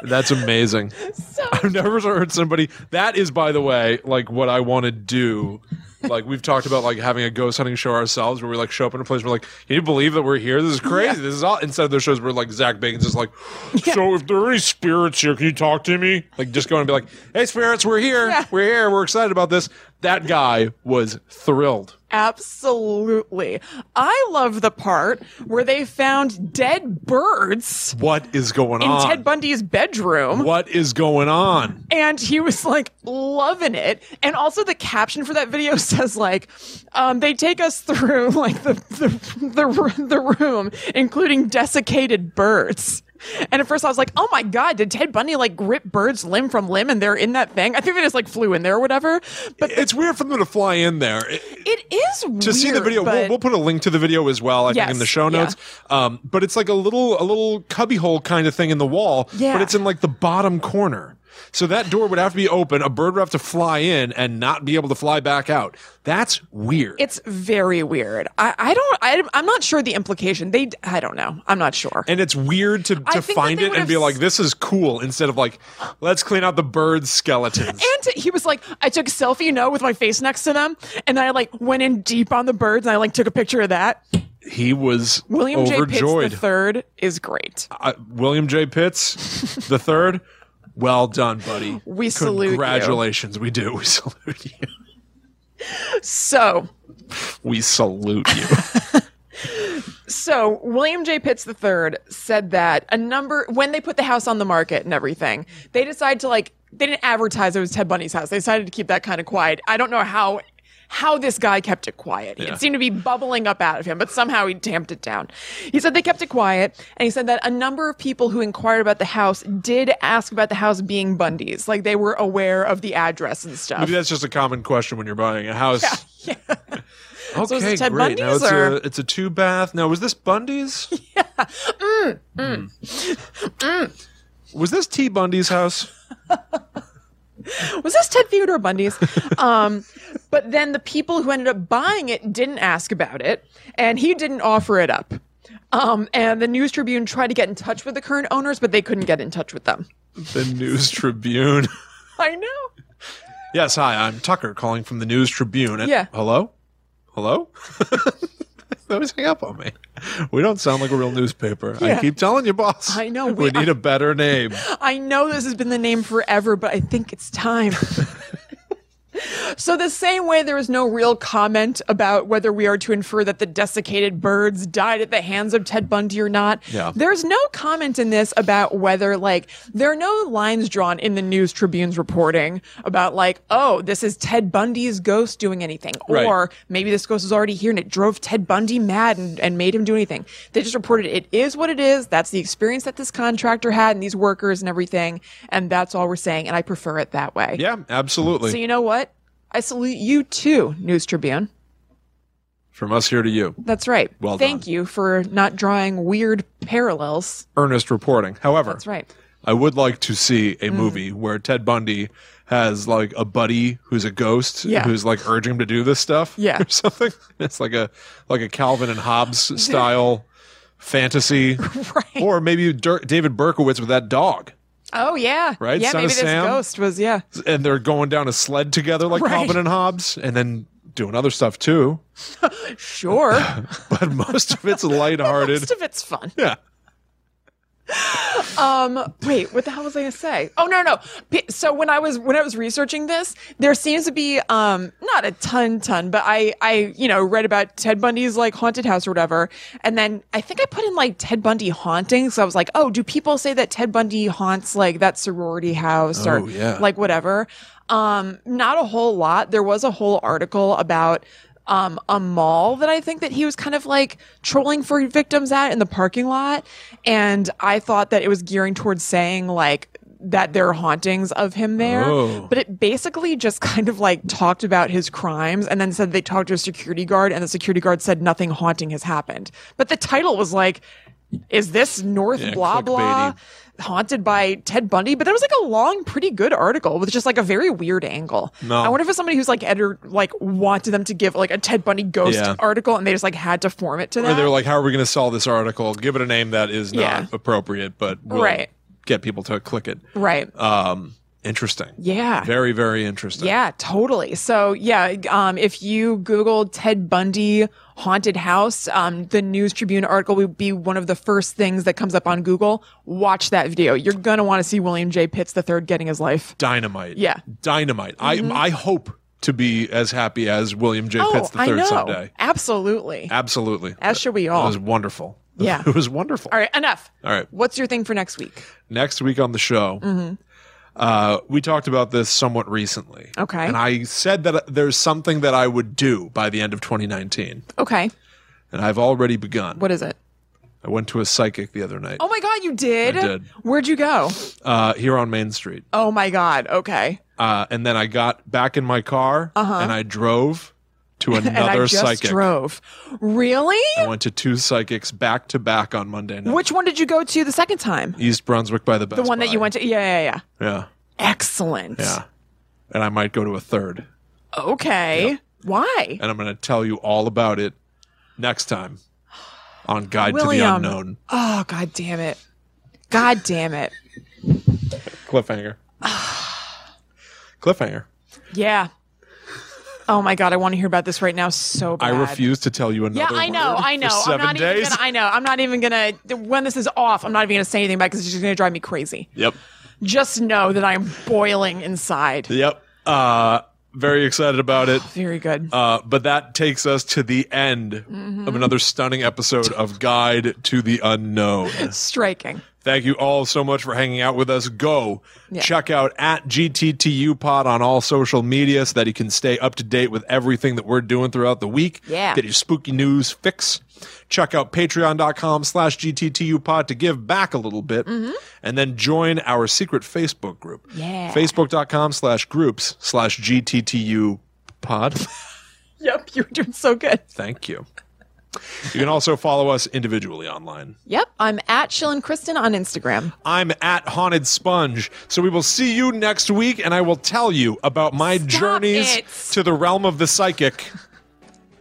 S1: good?
S2: That's amazing.
S1: So
S2: I've never heard somebody. That is, by the way, like what I want to do. Like we've talked about, like having a ghost hunting show ourselves, where we like show up in a place, we're like, "Can you believe that we're here? This is crazy. This is all." Instead of those shows where like Zach Bacon's just like, "So if there are any spirits here, can you talk to me?" Like just going and be like, "Hey, spirits, we're here.
S1: Yeah.
S2: We're here. We're excited about this." That guy was thrilled.
S1: absolutely, I love the part where they found dead birds
S2: What is going
S1: in
S2: on?
S1: Ted Bundy's bedroom.
S2: what is going on?
S1: and he was like loving it and also the caption for that video says like um, they take us through like the, the the ro- the room including desiccated birds and at first i was like oh my god did ted bundy like rip birds limb from limb and they're in that thing i think they just like flew in there or whatever but
S2: It's weird for them to fly in there. It-
S1: it is
S2: to see the video we'll, we'll put a link to the video as well i think in
S1: Yes,
S2: the show notes um, but it's like a little a little cubbyhole kind of thing in the wall
S1: Yeah.
S2: but it's in like the bottom corner so that door would have to be open a bird would have to fly in and not be able to fly back out that's weird
S1: it's very weird i, I don't I, i'm not sure the implication they i don't know i'm not sure
S2: and it's weird to, to
S1: think that
S2: find
S1: they
S2: it
S1: would
S2: and
S1: have
S2: be
S1: s-
S2: like this is cool instead of like let's clean out the bird skeletons
S1: And t- he was like, I took a selfie, you know, with my face next to them, and then I like went in deep on the birds, and I like took a picture of that.
S2: he was
S1: William
S2: overjoyed
S1: J. Pitts III is great.
S2: I- william j pitts the third well done buddy
S1: We salute you.
S2: congratulations we do we salute you
S1: So,
S2: We salute you.
S1: so William J. Pitts III said that a number when they put the house on the market and everything, they decided to like they didn't advertise it was Ted Bundy's house. They decided to keep that kind of quiet. I don't know how how this guy kept it quiet.
S2: Yeah.
S1: It seemed to be bubbling up out of him, but somehow he tamped it down. He said they kept it quiet, and he said that a number of people who inquired about the house did ask about the house being Bundy's. Like they were aware of the address and stuff.
S2: Maybe that's just a common question when you're buying a house. Okay,
S1: is it Ted
S2: great. Now
S1: Bundy's
S2: it's
S1: or-
S2: a it's a two bath. Now was this Bundy's? Yeah.
S1: Mm,
S2: Hmm. Was this T Bundy's house?
S1: was this Ted Theodore Bundy's? um, but then the people who ended up buying it didn't ask about it, and he didn't offer it up. Um, and the News Tribune tried to get in touch with the current owners, but they couldn't get in touch with them.
S2: The News Tribune.
S1: I know.
S2: Yes, hi, I'm Tucker calling from the News Tribune. And-
S1: Yeah.
S2: Hello? Hello? they always hang up on me. We don't sound like a real newspaper. I
S1: Yeah.
S2: keep telling you, boss.
S1: I know,
S2: We,
S1: we-
S2: need a better name.
S1: I know this has been the name forever, but I think it's time. so, the same way there is no real comment about whether we are to infer that the desiccated birds died at the hands of Ted Bundy or not,
S2: Yeah.
S1: there's no comment in this about whether, like, there are no lines drawn in the News Tribune's reporting about, like, oh, this is Ted Bundy's ghost doing anything.
S2: Right.
S1: Or maybe this ghost is already here and it drove Ted Bundy mad and, and made him do anything. They just reported it is what it is. That's the experience that this contractor had and these workers and everything. And that's all we're saying. And I prefer it that way.
S2: Yeah, absolutely.
S1: So you know what? I salute you too, News Tribune.
S2: From us here to you.
S1: That's right.
S2: Well
S1: Thank
S2: done.
S1: you for not drawing weird parallels.
S2: Earnest reporting. However,
S1: That's right. Mm.
S2: I would like to see a movie where Ted Bundy has like a buddy who's a ghost
S1: Yeah.
S2: who's like urging him to do this stuff
S1: Yeah.
S2: or something. It's like a like a Calvin and Hobbes style fantasy.
S1: Right.
S2: Or maybe Dir- David Berkowitz with that dog.
S1: Oh yeah.
S2: Right?
S1: Yeah.
S2: Son of
S1: maybe this
S2: Sam?
S1: ghost was yeah.
S2: And they're going down a sled together like
S1: Right.
S2: Calvin and Hobbes and then doing other stuff too.
S1: Sure.
S2: But most of it's lighthearted.
S1: Most of it's fun. Um,
S2: yeah.
S1: Wait, what the hell was I gonna say? Oh no, no. P- So when I was when I was researching this, there seems to be um not a ton, ton, but I I you know read about Ted Bundy's like haunted house or whatever, and then I think I put in like Ted Bundy haunting. So I was like, oh, do people say that Ted Bundy haunts like that sorority house
S2: Oh,
S1: or
S2: yeah.
S1: like whatever? Um, not a whole lot. There was a whole article about. Um, a mall that I think that he was kind of like trolling for victims at in the parking lot. And I thought that it was gearing towards saying like that there are hauntings of him there.
S2: Oh.
S1: But it basically just kind of like talked about his crimes and then said they talked to a security guard and the security guard said nothing haunting has happened. But the title was like, is this North
S2: Yeah,
S1: blah blah
S2: clickbaity.
S1: haunted by Ted Bundy? But that was like a long, pretty good article with just like a very weird angle.
S2: No.
S1: I wonder if it's somebody who's like editor like wanted them to give like a Ted Bundy ghost
S2: Yeah.
S1: article and they just like had to form it to
S2: Or
S1: that.
S2: they're like, how are we going to solve this article? Give it a name that is not
S1: Yeah.
S2: appropriate, but will
S1: Right.
S2: get people to click it.
S1: right.
S2: Um, interesting.
S1: yeah.
S2: Very, very interesting.
S1: Yeah, totally. So yeah, um, if you Google Ted Bundy haunted house, um, the News Tribune article would be one of the first things that comes up on Google. Watch that video. You're gonna want to see William J. Pitts III getting his life.
S2: Dynamite.
S1: Yeah. Mm-hmm.
S2: Dynamite. I I hope to be as happy as William J.
S1: Oh,
S2: Pitts
S1: I
S2: III
S1: know.
S2: someday.
S1: Absolutely.
S2: Absolutely.
S1: As should we
S2: It
S1: all.
S2: was wonderful.
S1: Yeah.
S2: It was wonderful.
S1: All right, enough.
S2: All right.
S1: What's your thing for next week?
S2: Next week on the show,
S1: Mm-hmm.
S2: uh, we talked about this somewhat recently.
S1: Okay.
S2: And I said that there's something that I would do by the end of 2019.
S1: Okay.
S2: And I've already begun.
S1: What is it?
S2: I went to a psychic the other night
S1: Oh my God, you did?
S2: I did.
S1: Where'd you go?
S2: uh, here on Main Street.
S1: Oh my God. Okay.
S2: Uh, and then I got back in my car and I drove to another
S1: Uh-huh. and I just
S2: psychic.
S1: drove. Really?
S2: I went to two psychics back to back on Monday night.
S1: Which one did you go to the second time?
S2: East Brunswick by the Best
S1: The one that you went to? Yeah, yeah, yeah.
S2: Yeah,
S1: Excellent.
S2: yeah. And I might go to a third,
S1: Okay. Why?
S2: and I'm going to tell you all about it next time on Guide to the
S1: William.
S2: Unknown
S1: Oh, god damn it. God damn it.
S2: cliffhanger. cliffhanger.
S1: Yeah. Oh my god, I want to hear about this right now so bad.
S2: I refuse to tell you
S1: Yeah,
S2: another.
S1: I know,
S2: word
S1: I know.
S2: For 7
S1: I'm not
S2: days.
S1: even gonna I know. I'm not even gonna when this is off, I'm not even gonna say anything about because it's just gonna drive me crazy.
S2: Yep.
S1: Just know that I'm boiling inside.
S2: Yep. Uh, very excited about it.
S1: Very good.
S2: Uh, but that takes us to the end
S1: Mm-hmm.
S2: of another stunning episode of Guide to the Unknown.
S1: Striking.
S2: Thank you all so much for hanging out with us. Go
S1: Yeah.
S2: check out at GTTU Pod on all social media so that you can stay up to date with everything that we're doing throughout the week.
S1: Yeah.
S2: Get your spooky news fix. Check out patreon.com slash GTTU Pod to give back a little bit. And then join our secret Facebook group.
S1: Mm-hmm. Yeah.
S2: Facebook.com slash groups slash GTTU Pod.
S1: Yep, you're doing so good.
S2: Thank you. You can also follow us individually online.
S1: Yep, I'm at Shillin Kristen on Instagram.
S2: I'm at Haunted Sponge. So we will see you next week, and I will tell you about my journeys
S1: it.
S2: to the realm of the psychic.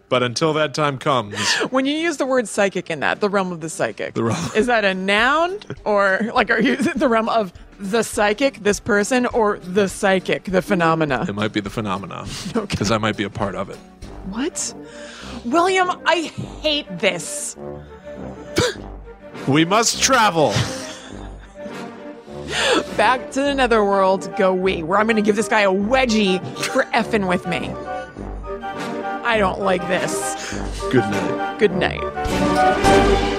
S2: But until that time comes,
S1: When you use the word psychic in that, the realm of the psychic,
S2: realm-
S1: is that a noun or like are you the realm of the psychic, this person, or the psychic, the phenomena?
S2: It might be the phenomena
S1: Okay.
S2: because I might be a part of it.
S1: What? William, I hate this.
S2: We must travel.
S1: Back to the netherworld go we, where I'm going to give this guy a wedgie for effing with me. I don't like this.
S2: Good night.
S1: Good night.